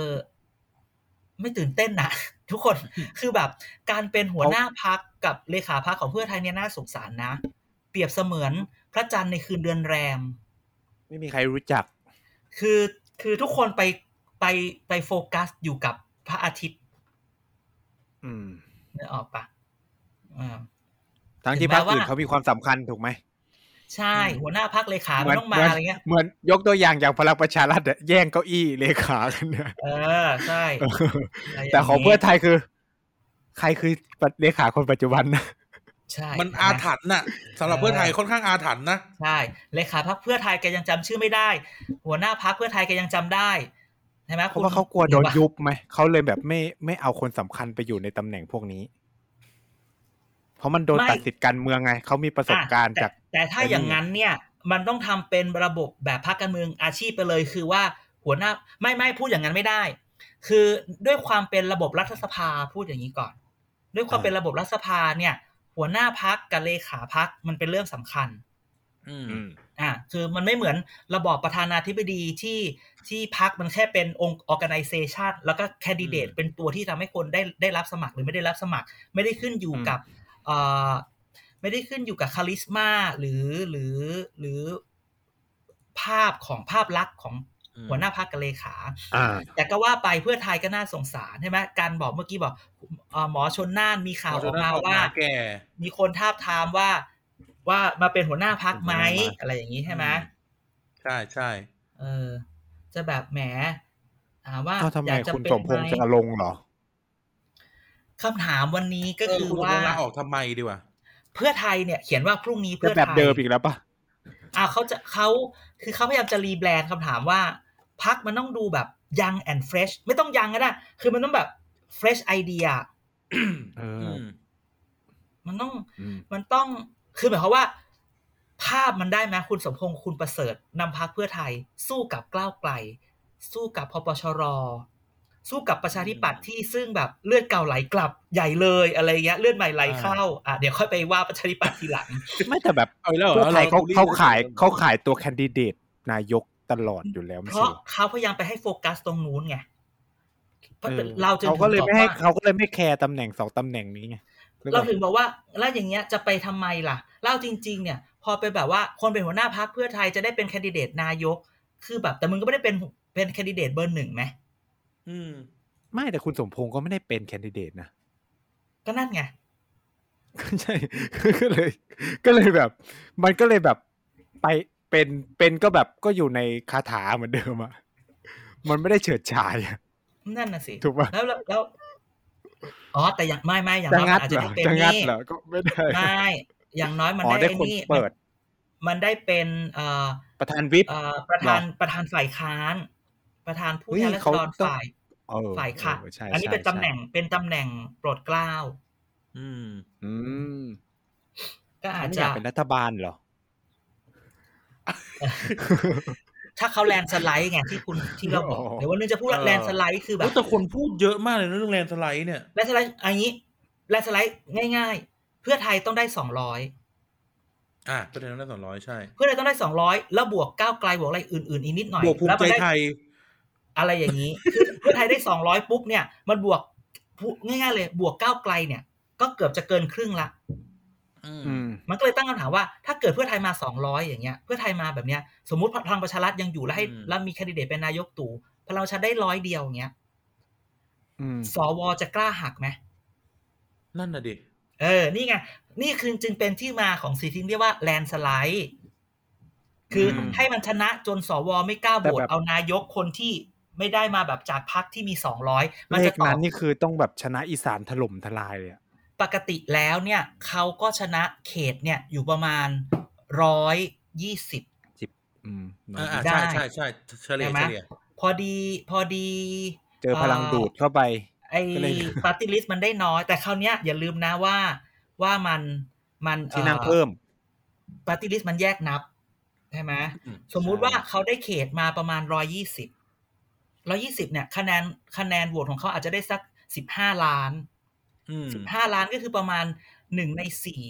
ไม่ตื่นเต้นนะ [laughs] ทุกคนคือแบบการเป็นหัวหน้าพักกับเลขาพักของเพื่อไทยเนี่ยน่าสงสารนะ เปรียบเสมือนพระจันทร์ในคืนเดือนแรม
ไม่มีใครรู้จัก
คือคือทุกคนไปไปไปโฟกัสอยู่กับพระอาทิตย์
อืม
นึกออกปะอ่า
ทั้ง
ถึ
ที่
ง
พ
แม้
รรค
ว่า
อื่นเขามีความสำคัญถูกไหม
ใช่หัวหน้าพักเลขามันต้องมาอะไรเงี้ย
เหมือนยกตัวอย่างอย่างพลังประชารัฐเนี่ยแย่งเก้าอี้เลขากัน [laughs] เนี่ย
เออใช่ะไรย่า
แต่ของเพื่อไทยคือ ใครคือเลขาคนปัจจุบันนะ
ใช่
มัน
เห็ไห
อาถรรพ์น่ะสำหรับเพื่อไทยค่อนข้างอาถรรพ์นะ
ใช่เลขาพักเพื่อไทยแกยังจำชื่อไม่ได้ หัวหน้าพักเพื่อไทยแกยังจำได้ใช่ไหม
เพ
คุณ
ราะว่าเขากลัวโดนยุบไหม เขาเลยแบบไม่ไม่เอาคนสำคัญไปอยู่ในตำแหน่งพวกนี้ เพราะมันโดนตัดสิทธิ์การเมืองไง เขามีประสบการณ์จา
อ่ะแต่
ก
แต่ถ้าอย่างนั้นเนี่ย มันต้องทำเป็นระบบแบบพักการเมืองอาชีพไปเลย คือว่าหัวหน้าไม่ไม่พูดอย่างนั้นไม่ได้ คือด้วยความเป็นระบบรัฐสภาพูดอย่างนี้ก่อน ด้วยความ
อ่า
เป็นระบบรัฐสภาเนี่ย หัวหน้าพักกับเลขาพักมันเป็นเรื่องสำคัญ
อืม
อืม
อ่าคือมันไม่เหมือนระบอบประธานาธิบดีที่ที่พักมันแค่เป็นองค์ organization แล้วก็แคนดิเดต
อืม
เป็นตัวที่ทำให้คนได้ได้รับสมัครหรือไม่ได้รับสมัคร ไม่ได้ขึ้นอยู่กับเอ่อไม่ได้ขึ้นอยู่กับคาลิสมาหรือหรือหรือภาพของภาพลักษณ์ของหัวหน้าพักกับเลขา
อ่า
แต่ก็ว่าไปเพื่อไทยก็น่าสงสารใช่ไหมการบอกเมื่อกี้บอกเอ่อหมอชนน่านมีข่าวออกมาว่า
แก่
มีคนทาบทามว่าว่ามาเป็นหัวหน้าพักไหม
หัวหน้าพรรค
อะไรอย่างนี้ใช่ไหม
อืม ใช่ใช่
เออ จะแบบแหมถามว่า
เอ้าทำไม
อยากจะ
คุณ
เป็น
สมพงษ์จะ
ไหม
ลงเหรอ
คำถามวันนี้ก็คือ
เณ
ว่า
ลาออกทำไมดีวะ
เพื่อไทยเนี่ย เขียนว่าพรุ่งนี้
จะ
เพื่อ
แบบ
ไทย
เดิมอีกแล้วปะ
อ่าเขาจะเขาคือเขาพยายามจะรีแบรนด์คำถามว่าพักมันต้องดูแบบยังแอน f เฟรชไม่ต้องยังก็ได้ คือมันต้องแบบเฟรชไอเดีย
เอ
อื
อ
ม
มันต้อง
อืม
มันต้อง คือหมายความว่า ภาพมันได้ไหมคุณสมพงษ์คุณประเสริฐนำพักเพื่อไทย สู้กับกล้าวไกล สู้กับพปชร สู้กับประชาธิปัตย์ที่ซึ่งแบบเลือดเก่าไหลกลับใหญ่เลยอะไรเงี้ยเลือดใหม่ไหลเข้าอ่ะเดี๋ยวค่อยไปว่าประชาธิปัตย์ทีหลัง
ไม่แต่แบบ
เอาอีกแล้วเหรอ
เพื่อไทยเขา
เรา
เขาขาย
เรา
เขาขายตัวแคนดิเดตนายกตลอดอยู่แล้วไม่
เพ
ใช่หร
ราะ
อ
เขาพยายาม ไปให้โฟกัสตรงนู้นไง
เออ
เราจึง
เขาก็เลยไม่ให้
บอกว่า
เขาก็เลยไม่แคร์ตำแหน่งสองตำแหน่งนี้ไงหอป
เรา
ล่
ถึงบอกว่า แล้วอย่างเงี้ยจะไปทำไมล่ะเล่าจริง ๆ เนี่ย พอไปแบบว่าคนเป็นหัวหน้าพักเพื่อไทยจะได้เป็นแคนดิเดตนายก คือแบบแต่มึงก็ไม่ได้เป็นเป็นแคนดิเดตเบอร์หนึ่งไหม
อืม
ไม่แต่คุณสมพงษ์ก็ไม่ได้เป็นแคนดิเดตนะ [laughs]
ก็นั่นไง
ใช่ ก็เลย [laughs] ก็เลยแบบ มันก็เลยแบบไปเป็นเป็นก็แบบก็อยู่ในคาถาเหมือนเดิมอะ [laughs] มันไม่ได้เฉิดฉายอะ
นั่นน่ะสิ
ถูกปะ
แล้วแล้วแล้วอ๋อแต่อย่างไม่ไม่อย่าง
จะ
น้อย
งัด
อาจ
เห
จะ
รอ
ได้เป็น
จะงัด
นี่
เหรอก็ไม่ได้
ไม่อย่างน้อยมัน
อ๋อ
ได้
ได้
อ้
คน
นี่
เปิด
มันได้เป็นเอ่อ
ประธานวิป
เอ่อประธาน
หรอ
ประธานฝ่ายค้าน ประธานผู้
เฮ้ย
แทนราษ
เขา
ฎร
ต้อง
ฝ่าย
เออ
ฝ่ายค้าน
เใช่
อันนี้
ใช่
เป็นตำแหน่งเป็นตำแหน่งโปรดเกล้า
อืม
อืม
ก็อา
เขาไม่อ
จจะ
ยากเป็นรัฐบาลเหรอ
ถ้าเขาแลนด์สไลด์ไงที่คุณที่เราบอก
อ๋อ
เดี๋ยววันนึงจะพูด
เออ
แลนด์สไลด์คือแบ
โอ้
บ
แต่คนพูดเยอะมากเลยนะเรื่องแลนด์สไลด์เนี่ย
แลนด์สไลด์อันนี้แลนด์สไลด์ง่าย ๆ เพื่อไทยต้องได้สองร้อย
อ่ะประเด็นนั้นสองร้อยใช่
เพื่อไทยต้องได้สองร้อยแล้วบวกก้าวไกลบวกอะไรอื่นๆอีกนิดหน่อย
บวกภูมิ
แล้ว
ใจ
นได้
ไทย
อะไรอย่างนี้ คือเพื่อไทยได้สองร้อยปุ๊บเนี่ย มันบวกพูง่ายๆ เลยบวกก้าวไกลเนี่ย ก็เกือบจะเกินครึ่งละ
อื
อื
ม
ม
มันก็เลยตั้งคำถามว่าถ้าเกิดเพื่อไทยมา 200 อย่างเงี้ยเพื่อไทยมาแบบเนี้ยสมมติพลังประชารัฐยังอยู่แล้วให้แล้วมีแคนดิเดตเป็นนายกตู่พลังประชารัฐได้ร้อยเดียวอย่างเงี้ย
อืม
สวจะกล้าหักไหม
นั่นน่ะดิ
เออนี่ไงนี่คือจึงเป็นที่มาของสิ่งที่เรียกว่าแลนสไลด์คืออ
ม
ให้มันชนะจนสวไม่กล้าโหว
แต่
ต
แบบ
เอานายกคนที่ไม่ได้มาแบบจากพรรคที่มี200มัน
เล
จะ
ข
ตอ
นั้
บ
นนี่คือต้องแบบชนะอีสานถล่มทลายเลยอะ
ปกติแล้วเนี่ยเขาก็ชนะเขตเนี่ยอยู่ประมาณร้อยยี่สิบ
อืม
อ่าอ่า
ได้
ใช่ใช่ใช่เฉลี่ย
ใช่ไหม
เฉลี่ย
พอดีพอดี
เจอพลังดูดเข้าไป
ไอ้
ก็เลย
ปาร์ตี้ลิสต์มันได้น้อย แต่คราวเนี้ยอย่าลืมนะว่าว่ามันมัน
ที่นั่งเพิ่ม
ปาร์ตี้ลิสต์มันแยกนับ ใช่ไหม
อืม
สมมุติว่าเขาได้เขตมาประมาณร้อยี่สิบร้อยี่สิบเนี่ยคะแนนคะแนนโหวตของเขาอาจจะได้สักสิบห้าล้าน
อืม
สิบห้าล้านก็คือประมาณหนึ่งในสี่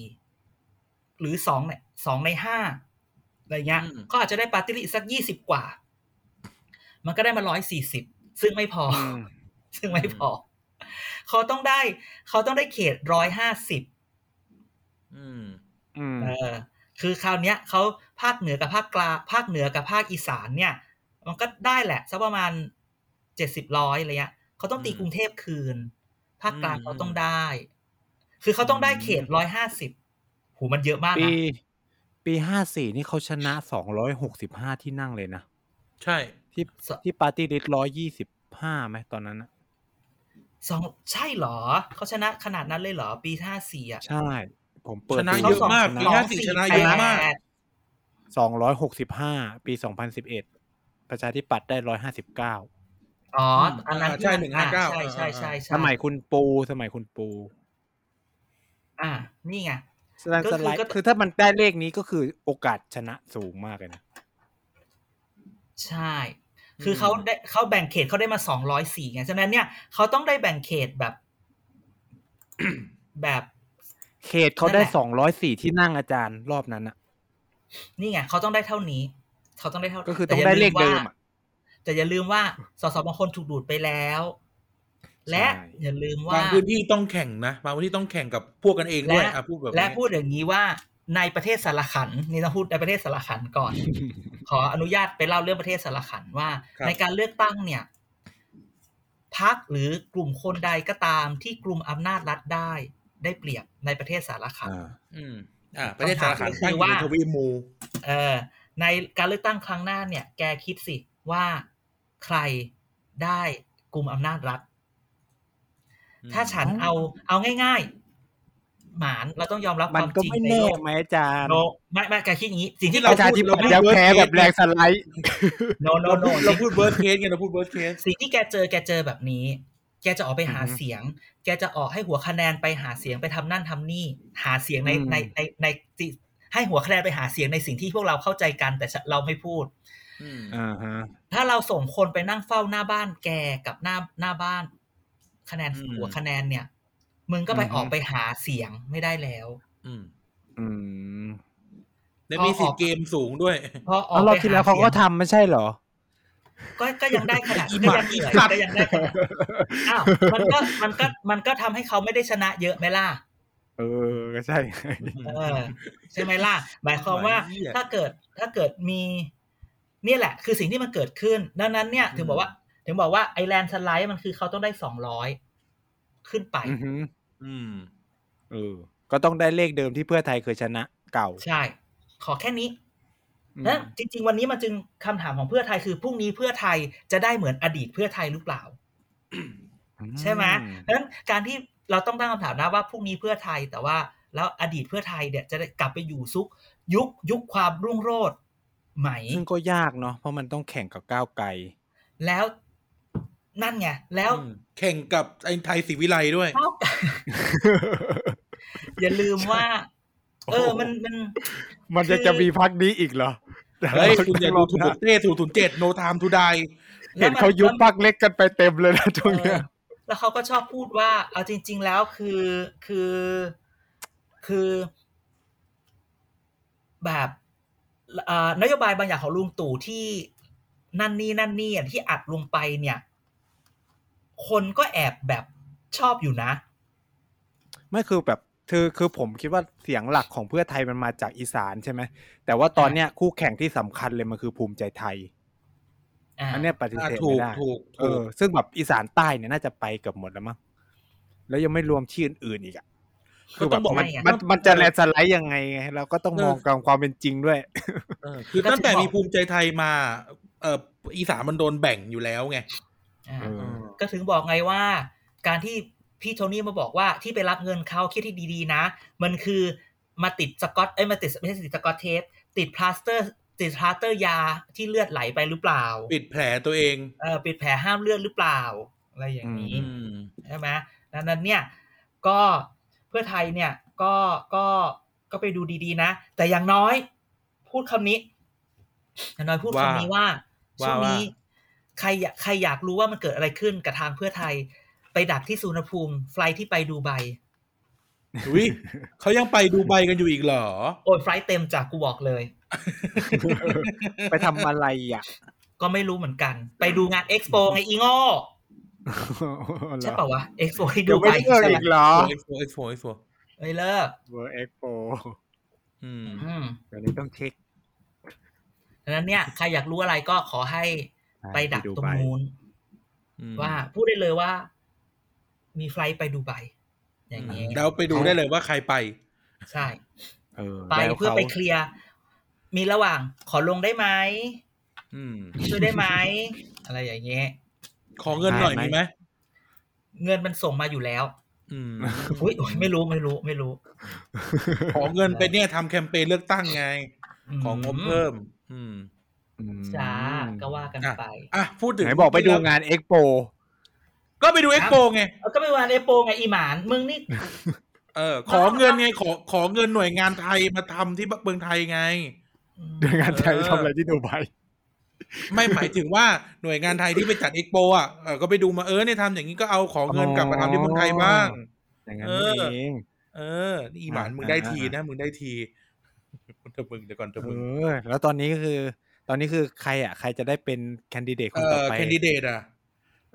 หรือสองเนี่ยสองในห้าอะไรเงี้ยเขาอาจจะได้ปาร์ตี้ลิสต์สักยี่สิบกว่า มันก็ได้มาร้อยสี่สิบซึ่งไม่พออ
ม
ซึ่งไม่พอ เขาต้องได้ เขาต้องได้เขตร้อยห้าสิบ
อืม
อืม
เออ คือคราวเนี้ยเขาภาคเหนือกับภาคกลางภาคเหนือกับภาคอีสานเนี่ย มันก็ได้แหละสักประมาณเจ็ดสิบร้อยอะไรเงี้ยเขาต้องตี
อืม
กรุงเทพคืน ภาคกลาง
อืม
เขาต้องได้ คือเขาต้องได้เขตร้อยห้าสิบหูมันเยอะมาก
ปี
นะ
ปีห้าสี่นี่เขาชนะสองร้อยหกสิบห้าที่นั่งเลยนะ
ใช่
ที่
ส
ที่ปาร์ตี้ลิสร้อยยี่สิบห้าไหมตอนนั้นนะ
สองใช่เหรอ เขาชนะขนาดนั้นเลยเหรอ ปีห้าสี่อ่ะ
ใช่ ผมเปิด
ชนะ
ดู
เยอะมาก
ช
ปี
นะ
ห้าสิบชนะเยอะมาก
แปด
สองร้อยหกสิบห้าปีสองพันสิบเอ็ดประชาธิปัตย์ได้ร้อยห้าสิบเก้า
อ๋อ
ม
อันนั้น
ใช่159
อ่ใช่ใช่ใช่ใช่
สมัยคุณปูสมัยคุณปู
อ่า นี่ไง
สไลด์
ก็คือ
สไลด์
ก็
คือถ้ามันได้เลขนี้ก็คือโอกาสชนะสูงมากเลยนะ
ใช่ คืออ
ม
เขาได้เขาแบ่งเขตเขาได้มาสองร้อยสี่ไง ฉะนั้นเนี่ยเขาต้องได้แบ่งเขตแบบ
[coughs]
แบบ
เขตเขาได้สองร้อยสี่ที่นั่งอาจารย์รอบนั้นอะ
นี่ไงเขาต้องได้เท่านี้ เขาต้องได้เท่า
ก็คือต้องได้เลขเดิมอะ
แต่อย่าลืมว่าสสบางคนถูกดูดไปแล้ว และ
ใช่
อย่าลืม
บา
ว่า
งพื้นที่ต้องแข่งนะบางพื้นที่ต้องแข่งกับพวกกันเองด้วย
และ
อ่ะพูดแบบนี้
และพูดอย่างนี้ว่าในประเทศสารขันนี่ต้องพูดในประเทศสารขันก่อน
[laughs]
ขออนุญาตไปเล่าเรื่องประเทศสารขันว่า ในการเลือกตั้งเนี่ยพักหรือกลุ่มคนใดก็ตามที่กลุ่มอำนาจรัฐได้ ได้เปรียบในประเทศสารขัน
อืมอ่าประเทศสารคาม
คำถามก็คือ
ตั้งอยู่
ว่า
ในทวีปหมู
เออในการเลือกตั้งครั้งหน้าเนี่ย แกคิดสิว่าใครได้กลุ่มอำนาจรัฐ ถ้าฉันเอาเอาง่าย ๆ หมานเราต้องยอมรับค
มัน
วาม
ก็
จริง
ไม่
ใน
แน่
โลก
ไหมอาจารย์
โนไม่ไม่แกคิดอย่างนี้สิ่งที่
ป
เรา
ระชา
พู
ธิ
ด
ปัตย์ยังแพ้แบบแรงสไลด์
โนโน
เรา
โน
พูดเราพูด
สิ่ง
เบิร์ดเคสไงเราพูดเบิร์ดเคส
สิ่งที่แกเจอแกเจอแบบนี้ แกจะออกไปหา
อือฮึ
เสียง แกจะออกให้หัวคะแนนไปหาเสียงไปทำนั่นทำนี่ หาเสียงใน
อืม
ในในในจิให้หัวคะแนนไปหาเสียงในสิ่งที่พวกเราเข้าใจกัน แต่เราไม่พูด
อืม
อ่าฮะ
ถ้าเราส่งคนไปนั่งเฝ้าหน้าบ้านแกกับหน้าหน้าบ้าน คะแนน
อืม
หัวคะแนนเนี่ย มึงก็ไป
อือฮึ
ออกไปหาเสียงไม่ได้แล้ว
อืม
อืม
และมีสีเกมสูงด้วย
เพราะออ
เอา
ก
รอบ
ไป
ที่
หา
แล้วเขา
เสีย
ก็
ง
ทำไม่ใช่เหรอ
ก็ก็ยังได้ขนาด
อี
ก็
หมา
ยังเหนื่อย
อีสัตว์
ก็ยังได้ขนาด อ้าวมันก็มันก็มันก็ทำให้เขาไม่ได้ชนะเยอะไหมล่ะ
เออก็ใช่
เออ ใช่ไหมล่ะ หมายความว่า
หมายเหี้ย
ถ้าเกิดถ้าเกิดมี เนี่ยแหละ คือสิ่งที่มันเกิดขึ้น ดังนั้นเนี่ย ถึงบอกว่า ถึงบอกว่าไอแลนสไลด์มันคือเขาต้องได้สองร้อยขึ้นไป
อือหือ
อืม
เออ ก็ต้องได้เลขเดิมที่เพื่อไทยเคยชนะเก่า
ใช่ ขอแค่นี้
อืม
นะจริง ๆ วันนี้มันจึงคำถามของเพื่อไทยคือพรุ่งนี้เพื่อไทยจะได้เหมือนอดีตเพื่อไทยหรือเปล่า ใช่ไหมเพราะฉะนั้นการที่เราต้องตั้งคำถามนะว่าพรุ่งนี้เพื่อไทยแต่ว่าแล้วอดีตเพื่อไทยเนี่ยจะได้กลับไปอยู่ซุก ยุคยุคความรุ่งโรจน์ไหม
ซึ่งก็ยากเนาะเพราะมันต้องแข่งกับก้าวไกล
แล้วนั่นไงแล้ว
อืมแข่งกับไอ้ไทยศรีวิไลด้วย
เท่ากับ อย่าลืมว่า เออมันมัน
มันจะ
คือ
จะมีพักนี้อีกเหรอ
เฮ้ยคุณอย่าดูถูกเต้ถูกถุนเจ็ดโนทามทูได
แล้ว
เห็น
มัน
เขายุบ
แล้ว
พักเล็กกันไปเต็มเลยนะช่วงเนี้ย
เออแล้วเขาก็ชอบพูดว่า เอาจริง ๆ แล้วคือคือคือ แบบเอ่อนโยบายบางอย่างของลุงตู่ที่นั่นนี่นั่นนี่อ่ะที่อัดลงไปเนี่ย คนก็แอบแบบชอบอยู่นะ
ไม่คือแบบคือคือผมคิดว่าเสียงหลักของเพื่อไทยมันมาจากอีสานใช่ไหมแต่ว่าตอนเนี้ยคู่แข่งที่สำคัญเลยมันคือภูมิใจไทย
อ่า
อันเนี้ยปฏิเสธ
ถู
ไม่
ก
ได้
ถูก
เออ ซึ่งแบบอีสานใต้เนี่ยน่าจะไปเกับหมดแล้วมั้งแล้วยังไม่รวมที่อื่นๆอีกอ่ะคือแบบมันมันมันจะแลนด์สไลด์ยังไงไงเราก็ต้องมองตามความเป็นจริงด้วย
เออคือตั้งแต่มีภูมิใจไทยมา เอออีสานมันโดนแบ่งอยู่แล้วไง
อ่า
เออ
ก็ถึงบอกไงว่า การที่พี่โทนี่มาบอกว่าที่ไปรับเงินเขาคิดที่ดีๆนะ มันคือมาติดสกอตเอ้ยมาติดไม่ใช่ติดสกอตเทป ติดพลาสเตอร์ ติดพลาสเตอร์ยาที่เลือดไหลไปหรือเปล่า
ปิดแผลตัวเอง
เออปิดแผลห้ามเลือดหรือเปล่า อะไรอย่างนี้
อืม
ใช่ไหมดังนั้นเนี่ยก็เพื่อไทยเนี่ยก็ก็ก็ไปดูดีๆนะ แต่อย่างน้อย พูดคำนี้อย่างน้อยพูดคำนี้ว่า
ว่า
ช่วงนี้
ว่า
ใครอยากใครอยากรู้ว่ามันเกิดอะไรขึ้นกับทางเพื่อไทย ไปดักที่สุวรรณภูมิ ไฟล์ที่ไปดูไบ
อุ้ยเขายังไปดูใบกันอยู่อีกเหรอ
โอนไฟล์เต็มจากกูบอกเลย
ไปทำอะไรอ่ะ
ก็ไม่รู้เหมือนกัน ไปดูงานเอ็กซ์โปไงอีโง่ใช่เปล่าวะเอ็กซ์โปที่
เดี๋
ดู
ยว
ไบ
ไม่ได้เลิก
ใช่
อี
ไหม
กเหรอ
เอ็กโฟเอ็กโฟเอ็กโฟ
ไม่เลิก
World Expo
อืม
อืม
เดี๋ยวนี้ต้องเช็ค
ดังนั้นเนี่ยใครอยากรู้อะไรก็ขอให้ไปดักตรงนู้นว่าพูดได้เลยว่า มีไฟล์ไปดูไบอย่างนี้
แล้วไปดูได้เลยว่าใครไป
ใช่
เออ
ไป
แล้ว
เพื่อ
ขา
ไปเคลียร์มีระหว่างขอลงได้ไหม
อืม
ช่วยได้ไหม อะไรอย่างเงี้ย
ขอเงินหน่อย
ได้
มี
ไห
ไห
ม
ม
เงินมันส่งมาอยู่แล้ว
อืม
อุ้ยอุ๊ยไม่รู้ไม่รู้ไม่รู้
ขอเงินไปเนี่ยทำแคมเปญเลือกตั้งไง
ม
ของงบเพิ่ม อืม
อืม
จ้าก็ว่ากันไป
อ่ะ พูดถึง
ไหนบอกไปดูงานเอ็กโป
ก็ไปดูเอ็กโปไง
เอาก็ไปวานเอโปไงอีหมาน มึงนี่
เออ ขอเงินไง ขอขอเงินหน่วยงานไทยมาทำที่เมืองไทยไง
หน่วยงานไทย
เออ
ทำอะไรที่ดูไบ
ไม่หมายถึงว่าหน่วยงานไทยที่ไปจัดเอ็กโปอ่ะเออก็ไปดูมาเออเนี่ยทำอย่างนี้ก็เอาของเงินกลับมาทำที่เมืองไทยบ้าง
อย่างนั้น
เออ
เอง
เออนี่อีหมาน
อ่า
มึงได้
อ่า
ทีนะมึงได้ทีเดี๋ยวมึงเดี๋ยวก่อนเดี๋ยว
เอ
มึง
อ แล้วตอนนี้ก็คือ ตอนนี้คือใครอ่ะ ใครจะได้เป็นแคนดิเดตค
เอน
ต่อ
อ
ไป
แคนดิเดตอ่ะ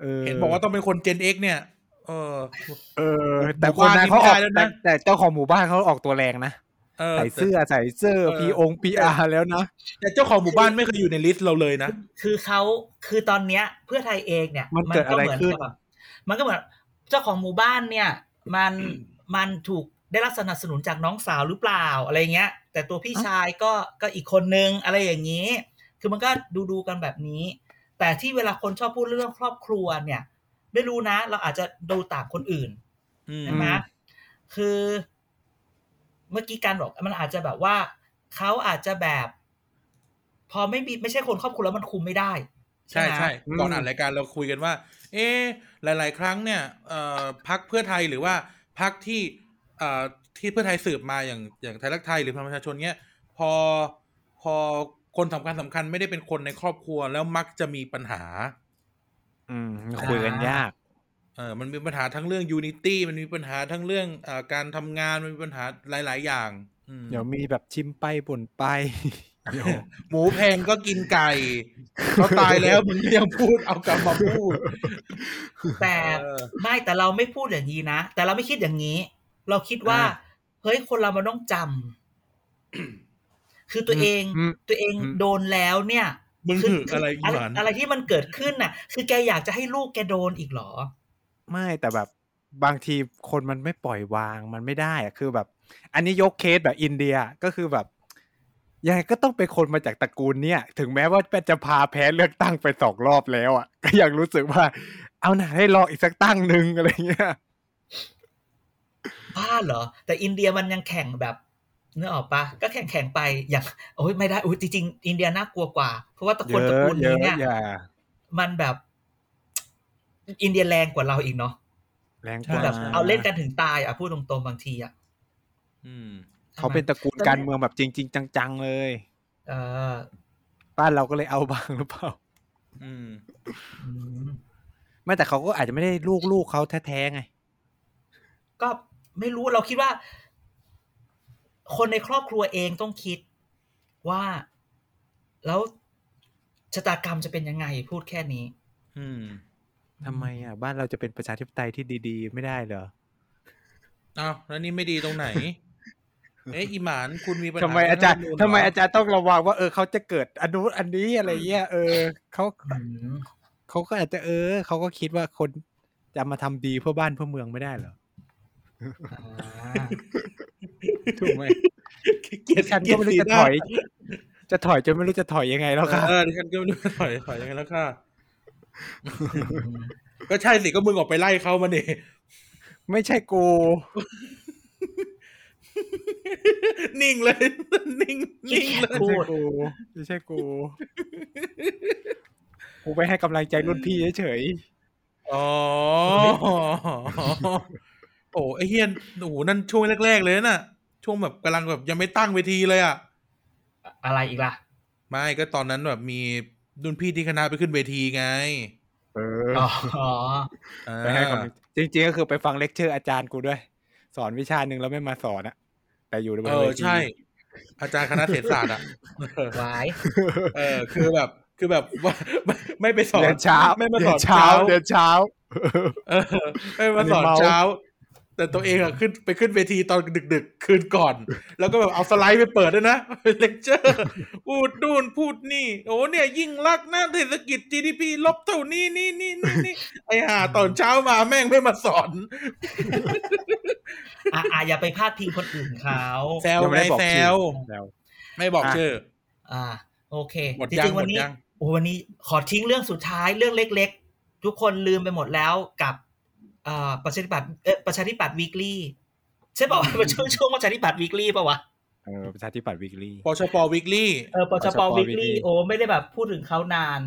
เออ
เห็นบอกว่าต้องเป็นคน Gen X เนี่ย เออ
เออ แต่คนนั้นเขาออก
หมู่บ้านนี่ไม่ได้แล้ว
แต่
นะ
แต่เจ้าของหมู่บ้านเขาออกตัวแรงนะ
เออ
ใส่เสื้อใส่เสื้อพีองพีอาร์แล้วนะ
แต่แต่เจ้าของหมู่บ้านไม่เคยอยู่ในลิสต์เราเลยนะ
คือเขาคือตอนเนี้ย เพื่อไทยเองเนี่ย
มันเกิดอะไรขึ้น
มัก็เหมือกับมันก็เหมือนเจ้าของหมู่บ้านเนี่ย มันมันถูกได้รับสนับสนุนจากน้องสาวหรือเปล่าอะไรเงี้ย แต่ตัวพี่ชายก็ก็อีกคนนึงอะไรอย่างนี้ คือมันก็ดูดูกันแบบนี้ แต่ที่เวลาคนชอบพูดเรื่องครอบครัวเนี่ย ไม่รู้นะ เราอาจจะดูต่างคนอื่น
อืม
ใช่ไหมคือ เมื่อกี้การบอกมันอาจจะแบบว่าเขาอาจจะแบบ พอไม่มีไม่ใช่คนครอบครัวแล้วมันคุมไม่ได้
ใช่
ไหม
ใช่
อืม
ก่อนอ่านรายการเราคุยกันว่า เอ๊ะหลาย ๆ ครั้งเนี่ยเอ่อพักเพื่อไทยหรือว่าพักที่เอ่อที่เพื่อไทยสืบมาอย่างอย่างไทยรักไทยหรือพลังประชาชนเนี่ยพอพอคนสำคัญสำคัญไม่ได้เป็นคนในครอบครัวแล้วมักจะมีปัญหา
อืมคุยกันยาก
เออมันมีปัญหาทั้งเรื่อง Unity มันมีปัญหาทั้งเรื่องเออการทำงาน มันมีปัญหาหลาย ๆ อย่างอืม
เดี๋ยวมีแบบชิมไปบ่นไป เดี๋ยว
หมูแพงก็กินไก่เขาตายแล้วมึงก็ยังพูดเอากลับมาพูด
แต่
เออ
ไม่แต่เราไม่พูดอย่างนี้นะ แต่เราไม่คิดอย่างนี้ เราคิดว่า
อ่า
เฮ้ยคนเรามันต้องจำคือตัวเอง
อืม
ตัวเอง
อืม
โดนแล้วเนี่ย
มึง
คื
ถืออะไรอีหวาน
อะไรที่มันเกิดขึ้นน่ะ คือแกอยากจะให้ลูกแกโดนอีกเหรอ
ไม่แต่แบบบางทีคนมันไม่ปล่อยวางมันไม่ได้อะคือแบบ อันนี้ยกเคสแบบอินเดียก็คือแบบยังไงก็ต้องเป็นคนมาจากตระกูลเนี่ย ถึงแม้ว่าจะพาแพ้เลือกตั้งไปสองรอบแล้วอ่ะ ก็ยังรู้สึกว่า เอาหน่าให้รออีกสักตั้งหนึ่งอะไรเงี้ย
บ้าเหรอ แต่อินเดียมันยังแข่งแบบเนื้อออกปะก็แข่งแข่งๆไปอย่างโอ้ยไม่ได้โอ้ยจริงๆอินเดียน่ากลัวกว่า เพราะว่าตระ
เย
กูลตระ
อะ
กูล
เย
นี้
อะอ
เนี่ย
ย่า
มันแบบ อินเดียแรงกว่าเราอีกเนาะ
แรงกว่า
แบบเอาเล่นกันถึงตายอ่ะพูดตรงๆบางทีอ่ะ
อืม
เขาเป็นตระกูลการเมืองแบบจริง ๆ จังๆเลย
เออ
บ้านเราก็เลยเอาบ้าง [laughs] หรือเปล่า
อืม
อืม
ไม่แต่เขาก็อาจจะไม่ได้ลูกลูกเขาแท้ๆไง
ก็ไม่รู้เราคิดว่า คนในครอบครัวเองต้องคิดว่า แล้วชะตากรรมจะเป็นยังไงพูดแค่นี้
อืม
ทำไมอ่ะ บ้านเราจะเป็นประชาธิปไตยที่ดีๆ ไม่ได้เหรอ
อ้าวแล้วนี่ไม่ดีตรงไหน เอ๊ะอีหมานคุณมีปัญหา
ทำไมอาจารย์
เง
ทำไมอา
ฐธมนูญเห
จารย์ต้องระวังว่าเออเขาจะเกิดอนุอันนี้อะไรเงี้ยเออเขา
อืม
เขาก็อาจจะเออเขาก็คิดว่าคนจะมาทำดีเพื่อบ้านเพื่อเมืองไม่ได้เหรอ
อ่า
ถูกไหม
รอเกลียด
ฉันก็ไม่รู้จะถอย จะถอยจนไม่รู้จะถอยยังไงแล้วค่ะ
เออดิฉันก็ไม่รู้จะถอยถอยยังไงแล้วค่ะ ก็ใช่สิก็มึงออกไปไล่เขามาเนี่ย
ไม่ใช่กู
นิ่งเลย นิ่งนิ่งเลย
ไม่ใช่กูไม่ใช่กูกูไปให้กำลังใจรุ่นพี่เฉย
อ๋อ โอ้ไอเฮียนโอ้โหนั่นช่วงแรก ๆ เลยน่ะ ช่วงแบบกำลังแบบยังไม่ตั้งเวทีเลยอ่ะ
[laughs] อะไรอีกล่ะ
ไม่ก็ตอนนั้นแบบมีรุ่นพี่ที่คณะไปขึ้นเวทีไง
ๆเออ
อ๋อ
อ่า
ไปให้ความรู้จริงๆก็คือไปฟังเลคเชอร์อาจารย์กูด้วย สอนวิชาหนึ่งแล้วไม่มาสอนอะแต่อยู่ในบน
เอ
เว
อ
ที
ใช่ อาจารย์คณะเศรษฐศาสตร์อ่ะ
ไว้
เออคือแบบคือแบบ [laughs] ว่าไม่ไม่ไปสอน
เดือนเช้า
ไม่มา
ดื
ส
อ
อน
น
เช้า
เดือนเช้า
เออไม่มาสอน
อันนี้เมา
เช้า แต่ตัวเองอะขึ้นไปขึ้นเวทีตอนดึก ๆ คืนก่อน แล้วก็แบบเอาสไลด์ไปเปิดด้วยนะ [laughs] เลคเจอร์พูดนู่นพูดนี่ โอ้เนี่ยยิ่งรักษณ์นะเศรษฐกิจ GDP ลบเท่านี้นี่นี่นี่นี่ไอห่าตอนเช้ามาแม่งไม่มาสอน
อ่ะอ่ะอย่าไปพาดพิงคนอื่นเขา
แซว
ยัง
ไง
ไม่ได้บอก
แซ
ชื่อ
ว
แซว
ไม่บอก
อ่ะ
ชื่อ
อ่า โอเค
หมด
จ
ยัง
ริงๆวันนี้
หมดยัง
โอ้วันนี้ขอทิ้งเรื่องสุดท้ายเรื่องเล็กๆ ทุกคนลืมไปหมดแล้วกับเอ่อประชาธิปัตย์เอ่อประชาธิปัตย์วีคลี่ใช่ป่าวะมันช่วงช่วงประชาธิปัตย์วีคลี่ป่าวะ
เออประชาธิปัตย์วิกฤต
ปชปวิกลี่
เออปชป
PCHP
วีคลี่โอ้ไม่ได้แบบพูดถึงเขานาน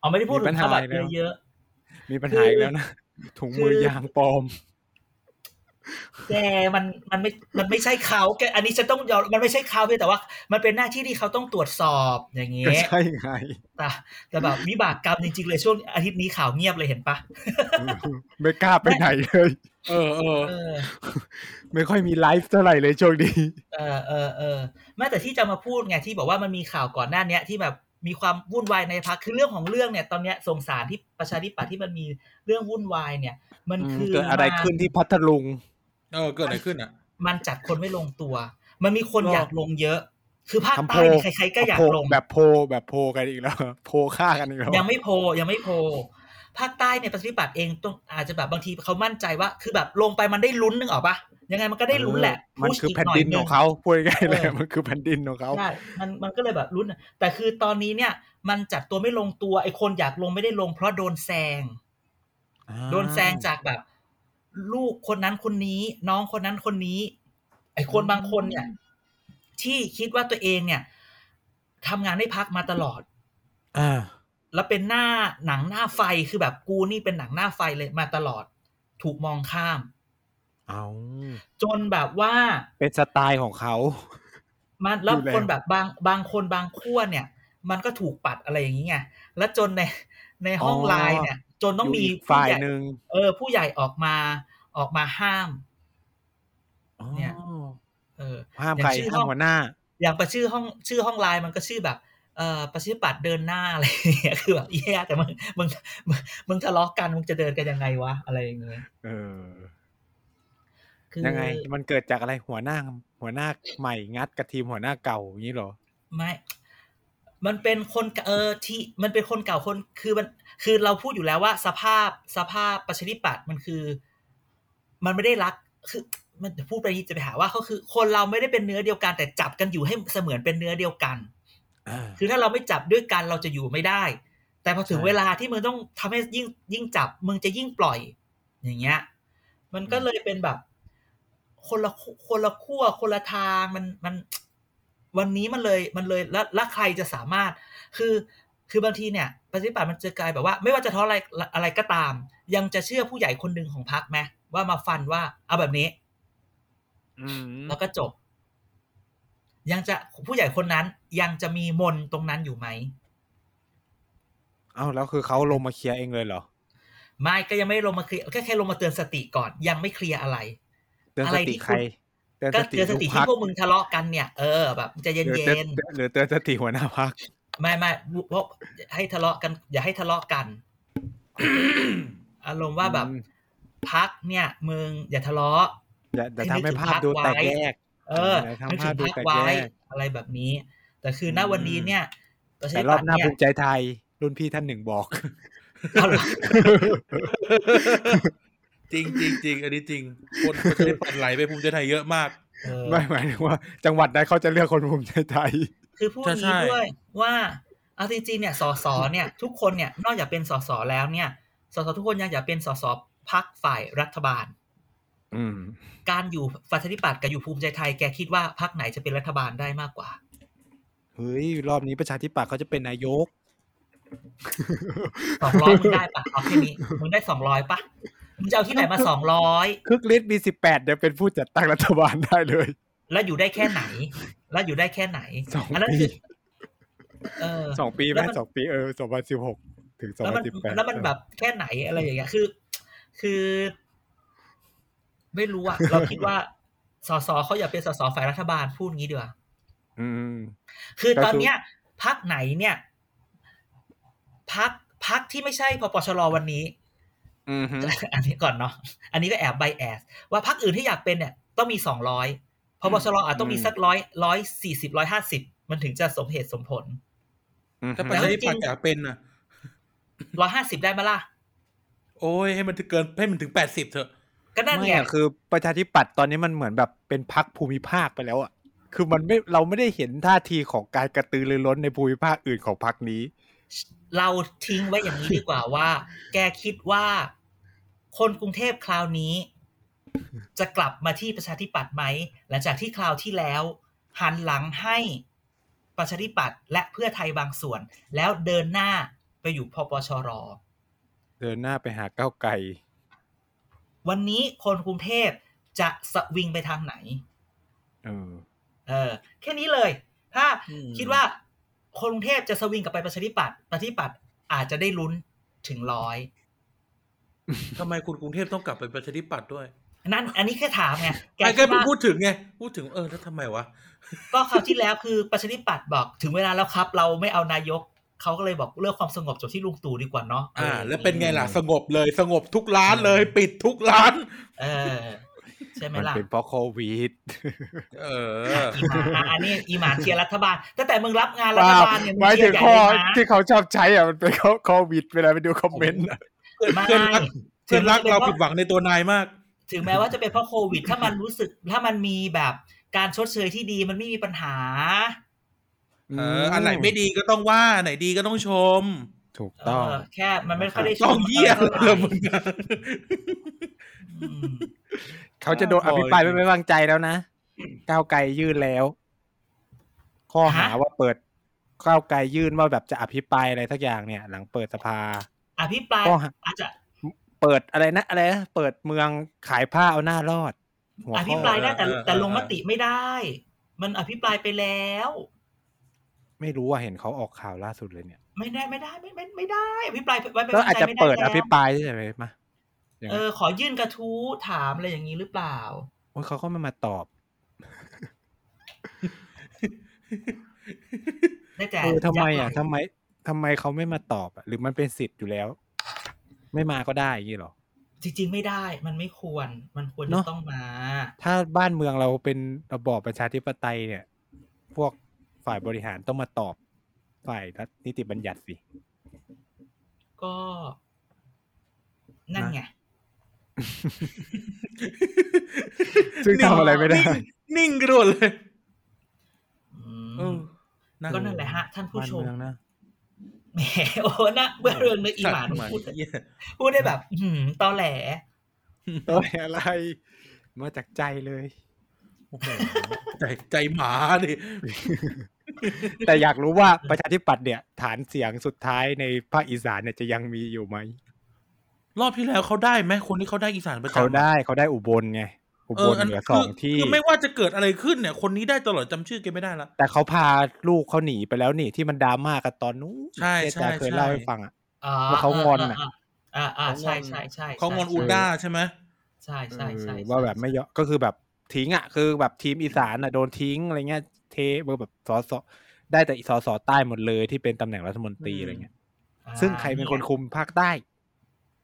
อ๋อไม่ได้พูดถึงเขาแบบเยอะ
มีปัญหาอีกแล้วนะถุงมือ
คือ
ยางปลอม
ๆแกมันมันไม่มันไม่ใช่เขาแกอันนี้ฉันต้องยอมมันไม่ใช่เขาเพียงแต่ว่า มันเป็นหน้าที่ที่เขาต้องตรวจสอบอย่างเงี้
ก็
ย
ใช่ไง
แต่แต่แบบวิบากกรรมจริงๆเลยช่วงอาทิตย์นี้ข่าวเงียบเลยเห็นปะ
ไม่กล้าไปไหนเลย
เออเออ
เออ
ไม่ค่อยมีไลฟ์เท่าไหร่เลยช่วงนี้
เออเออเออแม้แต่ที่จะมาพูดไงที่บอกว่ามันมีข่าวก่อนหน้าเนี้ยที่แบบมีความวุ่นวายในพักคือเรื่องของเรื่องเนี่ยตอนเนี้ยสงสารที่ประชาธิปัตย์ที่มันมีเรื่องวุ่นวายเนี่ย มันคือ
เกิดอะไรขึ้นที่พัทลุง
เออเกิดอะไรขึ้นอ่ะ
มันจัดคนไม่ลงตัว มันมีคน
หรอ
อ
อ
ยากลงเยอะ คือภาค
ทำโพ
ใต้
ล
เนี่ยใครๆก็อยาก
โพล
ลง
แบบโพลแบบโพลกันอีกแล้วโพลฆ่ากันอีกแล้ว
ยังไม่โพลยังไม่โพลภาคใต้เนี่ยประชาธิปัตย์เองต้องอาจจะแบบบางทีเขามั่นใจว่า คือแบบลงไปมันได้ลุ้นนึงออกปะยังไงมันก็ได้ลุ้นแหละ
มันคือแผ่นดินของเขาพูดง่ายๆเลยมันคือแผ่นดินของเขา
ใช่มันมันก็เลยแบบลุ้นอะแต่คือตอนนี้เนี่ย มันจัดตัวไม่ลงตัวไอ้คนอยากลงไม่ได้ลง เพราะโดนแซง โดนแซงจากแบบ ลูกคนนั้นคนนี้ น้องคนนั้นคนนี้ ไอ้คนบางคนเนี่ย ที่คิดว่าตัวเองเนี่ยทำงานให้พักมาตลอด
อ่า
แล้วเป็นหน้าหนังหน้าไฟคือแบบกูนี่เป็นหนังหน้าไฟเลยมาตลอด ถูกมองข้าม
เอา
จนแบบว่า
เป็นสไตล์ของเขา
มันแล้ว
อยู่แล้ว
คนแบบบางบางคนบางขั้วเนี่ย มันก็ถูกปัดอะไรอย่างนี้ไงแล้วจนในในห้องไลน์เนี่ย จนต้องมี
ยู่ก
ผู้
ฝ่าย
ใหญ่
หนึ่ง
เออ ผู้ใหญ่ออกมาออกมาห้าม เนี่ย
อ๋อ
เออ
ห้าม
อย่าง
ใคร
ชื่อห้
ห้าม
อง
หัวหน้า
อย่างประชื่อห้องชื่อห้องไลน์มันก็ชื่อแบบ เอ่อประชาธิปัดเดินหน้าอะไรอย่างเงี้ย [laughs] คือแบบแย่แต่มึงมึงมึงมึงทะเลาะกันมึงจะเดินกันยังไงวะอะไรอย่างเงี้ย
เออ
คือ
ยังไง มันเกิดจากอะไรหัวหน้า หัวหน้าใหม่งัดกับทีมหัวหน้าเก่าอย่างนี้เหรอ
ไม่ มันเป็นคนเออที่มันเป็นคนเก่าคนคือมันคือเราพูดอยู่แล้วว่าสภาพสภาพประชาธิปัตย์มันคือ มันไม่ได้รักคือมันพูดไปนี่จะไปหาว่าเขาคือ คนเราไม่ได้เป็นเนื้อเดียวกันแต่จับกันอยู่ให้เสมือนเป็นเนื้อเดียวกัน
อ่า
คือถ้าเราไม่จับด้วยกันเราจะอยู่ไม่ได้ แต่พอถึง
ใช่
เวลาที่มึงต้องทำให้ยิ่งยิ่งจับมึงจะยิ่งปล่อย อย่างเงี้ย มันก็เลยเป็นแบบ คนละคู่คนละขั้วคนละทางมันมัน วันนี้มันเลยมันเลยแล้วแล้วใครจะสามารถ คือคือบางทีเนี่ยปฏิบัติมันจะกลายแบบว่า ไม่ว่าจะท้ออะไรอะไรก็ตาม ยังจะเชื่อผู้ใหญ่คนหนึ่งของพรรคไหมว่ามาฟันว่าเอาแบบนี้
อืม
แล้วก็จบ ยังจะผู้ใหญ่คนนั้นยังจะมีมนต์ตรงนั้นอยู่ไหม
เอ้าแล้วคือเขาลงมาเคลียร์เองเลยเหรอ
ไม่ก็ยังไม่ลงมาเคลียร์แค่แค่ลงมาเตือนสติก่อนยังไม่เคลียร์อะไร
เตือน
อะ
ส
ไร
ติ
ที่
ใคร
คุณ
เตือน
ก็
สติ
เตือนสติ
ทุกพั
ที่
ก
พวกมึงทะเลาะกันเนี่ย เออแบบใจ
หรือ
เย็
เตือน
น
หรือเตือนสติหัวหน้าพัก
ๆไม่ไม่เพราะให้ทะเลาะกัน อย่าให้ทะเลาะกัน อารมณ์ว่าแบบ
อืม
พักเนี่ย มึงอย่าทะเลาะ
อย่าอย่า
ให้นึก
ทำให้ภาพ
ถึงพรรค
ดูแตก
ไว้
แยก
เออ
เออทำ
นึกถึง
ภาพดู
พัก
แตก
ไว้
แยก
อะไรแบบนี้ แต่คือณวันนี้เนี่ยประชา
แต่
ธิ
รอ
ปั
บ
ตย์
หน้า
เนี่
ภู
ย
มิใจไทย รุ่นพี่ท่านหนึ่งบอก
เอาล่ะ
จริงจริงจริงอันนี้จริง คนประชาธิปัตย์ไหลไปภูมิใจไทยเยอะมาก
เออ
ไม่หมายถึงว่า จังหวัดใดเขาจะเลือกคนภูมิใจไทย
คือพูด
ใช่
นี้
ใช่
ด้วยว่าเอาจริงๆเนี่ยสสเนี่ย ทุกคนเนี่ยนอกจากเป็นสสแล้วเนี่ยสสทุกคนยังอยากเป็นสสพักฝ่ายรัฐบาล
อืม
การอยู่ประชาธิปัตย์กับอยู่ภูมิใจไทยแกคิดว่าพักไหนจะเป็นรัฐบาลได้มากกว่า
เฮ้ย รอบนี้ประชาธิปัตย์เขาจะเป็นนายก
สองร้อยมึงได้ปะเอาแค่นี้มึงได้สองร้อยปะมึงจะเอาที่ไหนมาสองร้อย
คึกฤทธิ์มีสิบแปดเดี๋ยวเป็นผู้จัดตั้งรัฐบาลได้เลย
แล้วอยู่ได้แค่ไหน แล้วอยู่ได้แค่ไหน
สอง
อันนั้นคือ
ปี
เออ
สองปีไห
แล้
ม
วมัน
สองปีเออสองพันสิบหกถึงสอง
แล้ว
พั
มัน น
สิบแปด
แล้วมันแบบแค่ไหนอะไรอย่างเงี้ย คือ คือ ไม่รู้อะ [laughs] เราคิดว่า สสเขาอยากเป็นสสฝ่ายรัฐบาลพูดงี้ดีกว่า
อืม
คือ
ก็คือ
ตอนเนี้ยพักไหนเนี่ยพักพักที่ไม่ใช่พปชรวันนี้ [laughs]
อืมฮึ
อันนี้ก่อนเนาะ อันนี้ก็แอบไบแอสว่าพักอื่นที่อยากเป็นเนี่ย ต้องมีสองร้อยพปชรอาจต้องมีสักร้อยร้อยสี่สิบร้อยห้าสิบมันถึงจะสมเหตุสมผล
อืม
ถ้า
ฮึ
ประชาธิปัตย์อยากเป็นน่ะ
ร้อยห้าสิบได้ไหมล่ะ
โอ้ยให้มันถึงเกินให้มันถึงแปดสิบเถอะ
ก็นั่น
ไม่
ไง
อะคือประชาธิปัตย์ตอนนี้มันเหมือนแบบเป็นพักภูมิภาคไปแล้วอ่ะ คือมันไม่เราไม่ได้เห็นท่าทีของการกระตือรือร้นในภูมิภาคอื่นของพักนี้
เราทิ้งไว้อย่างนี้ดีกว่าว่า แกคิดว่า คนกรุงเทพคราวนี้ จะกลับมาที่ประชาธิปัตย์ไหมหลังจากที่คราวที่แล้ว หันหลังให้ประชาธิปัตย์และเพื่อไทยบางส่วน แล้วเดินหน้าไปอยู่พปชร
เดินหน้าไปหาก้าวไกล
วันนี้คนกรุงเทพจะสวิงไปทางไหน
เออ
เออ แค่นี้เลย ถ้า
อืม
คิดว่า คนกรุงเทพจะสวิงกลับไปประชาธิปัตย์ประชาธิปัตย์อาจจะได้ลุ้นถึงร้อย
ทำไมคุณกรุงเทพต้องกลับไปประชาธิปัตย์ด้วย
นั่น อันนี้แค่ถามไงแก
ไอ้
คิด
แค่ผม
ว่า
พูดถึงไง พูดถึงเออแล้วทำไมวะ
ก็คราวที่แล้วคือประชาธิปัตย์บอกถึงเวลาแล้วครับ เราไม่เอานายกเขาก็เลยบอกเลือกความสงบจบที่ลุงตู่ดีกว่าเนาะ
อ่า แล้วเป็นไงล่ะ สงบเลยสงบทุกร้านเลย ปิดทุกร้าน
เออ ใช่ไหม
มัน
ล่ะ
เป็นเพราะโควิด
เออ
อีหมาอ่ะอันนี้อีหมาเชียร์รัฐบาลตั้งแต่มึงรับงานรั
ว่า
ฐบาลเนี่ย
[laughs]
มึ
หมาย
เชี
ถึ
ย
ง
ร์ใหญ่
ข้อ
เลยนะ
ที่เขาชอบใช้อ่ะมันเป็นข้อโควิดเวลาไปดูคอมเมนต์อะ
เพื่อนเพื่อนรักเพื่อนรักเราผิดหวังในตัวนายมาก
ถึงแม้ว่าจะเป็นเพราะโควิด ถ้ามันรู้สึก ถ้ามันมีแบบการชดเชยที่ดีมันไม่มีปัญหา
เออ อันไหนไม่ดีก็ต้องว่าอันไหนดีก็ต้องชม
ถูก
เอ
ต้อง
อ แค่มันไม่ค่อยได้
ต้องเยี่ย
ท่าไห
เล
ร่
ยมึงอะ
อืม
เขาจะโดนอภิปรายไม่ไว้วางใจแล้วนะ ก้าวไกลยื่นแล้ว ข้อหาว่าเปิด ก้าวไกลยื่นว่าแบบจะอภิปรายอะไรทักอย่างเนี่ย หลังเปิดสภา
อภิปราย
ก็หา
อาจจะ
เปิดอะไรนะอะไรนะเปิดเมืองขายผ้าเอาหน้ารอด หัว
อ
ข้
ภิ
อ
ปรายได้แต่
เออเออ
แต่ลงมติไม่ได้ มันอภิปรายไปแล้ว
ไม่รู้ว่าเห็นเขาออกข่าวล่าสุดเลยเนี่ย
ไม่ได้ไม่ได้ไม่ไม่ไม่ได้อภิปรายไว้เป็น
แล้วอาจจะ
ไม่ไ
เปิดอภิ
แล้ว
ปรายใช่ไหมมาอย่าง
เอ
นั้น
อขอยื่นกระทู้ถามอะไรอย่างนี้หรือเปล่า
โอ้ยเขาก็ไม่มาตอบ
ได้แต่
เออทำไมอ่ะ
ยั
ทำ
กษ์
ไมทำไมเขาไม่มาตอบอ่ะหรือมันเป็นสิทธิ์อยู่แล้ว ไม่มาก็ได้อย่างนี้เหรอ
จริงๆไม่ได้ มันไม่ควร มันควร
เน
จะ
อะ
ต้องมา
ถ้าบ้านเมืองเราเป็นระบอบประชาธิปไตยเนี่ย พวกฝ่ายบริหารต้องมาตอบ ฝ่ายรัฐนิติบัญญัติสิ
ก็ นั่น
นะ
ไง
ซึ่งทำอะไรไม่ได้
นิ่งนิ่งกระโดดเลย
อื
เอ
ม
อนะ
ก็นั่นแหละฮะ ท่านผู้
บ้าน
ชม
เมืองนะ
แหมโอ้นะเบื่อเรื่องเนื้ออีหมาน
สัตว์
พูด
เหี้ย
พูดได้แบบ อื้อหือตอแหล
ตัวอะไร มาจากใจเลย
โอ้โหใจใจหมาดิ
แต่อยากรู้ว่าประชาธิปัตย์เนี่ย ฐานเสียงสุดท้ายในภาคอีสานเนี่ยจะยังมีอยู่ไหม
รอบที่แล้วเขาได้ไหมคนที่เขาได้อีสานประจำ
เขาได้เขาได้อุบลไง อุบลเหลือสอง
คื
ที่
คือไม่ว่าจะเกิดอะไรขึ้นเนี่ย คนนี้ได้ตลอดจำชื่อแกไม่ได้ละ
แต่เขาพาลูกเขาหนีไปแล้วนี่ที่มันดราม่ากันตอนนู้น
ใช่
ที่อาจารย์
ใช่
เคยเล่า
ใช่
ให้ฟังอ่ะ
อ่
ว่าเขางอนน่ะ
อ่าอ่าใช่ใช่ใช่
เขางอน
ใช่
อูด้าใช่ไหม
ใช่ใช่ใช่
เออ
ใช่
ว่าแบบไม่ยอมก็คือแบบทิ้งอ่ะคือแบบทีมอีสานอ่ะโดนทิ้งอะไรเงี้ยเทเบอร์แบบสอสอได้แต่สอสอใต้หมดเลยที่เป็นตำแหน่งรัฐมนตรีอะไรเงี้ย
อ่า
ซึ่งใครเป็นคนคุมภาคใต้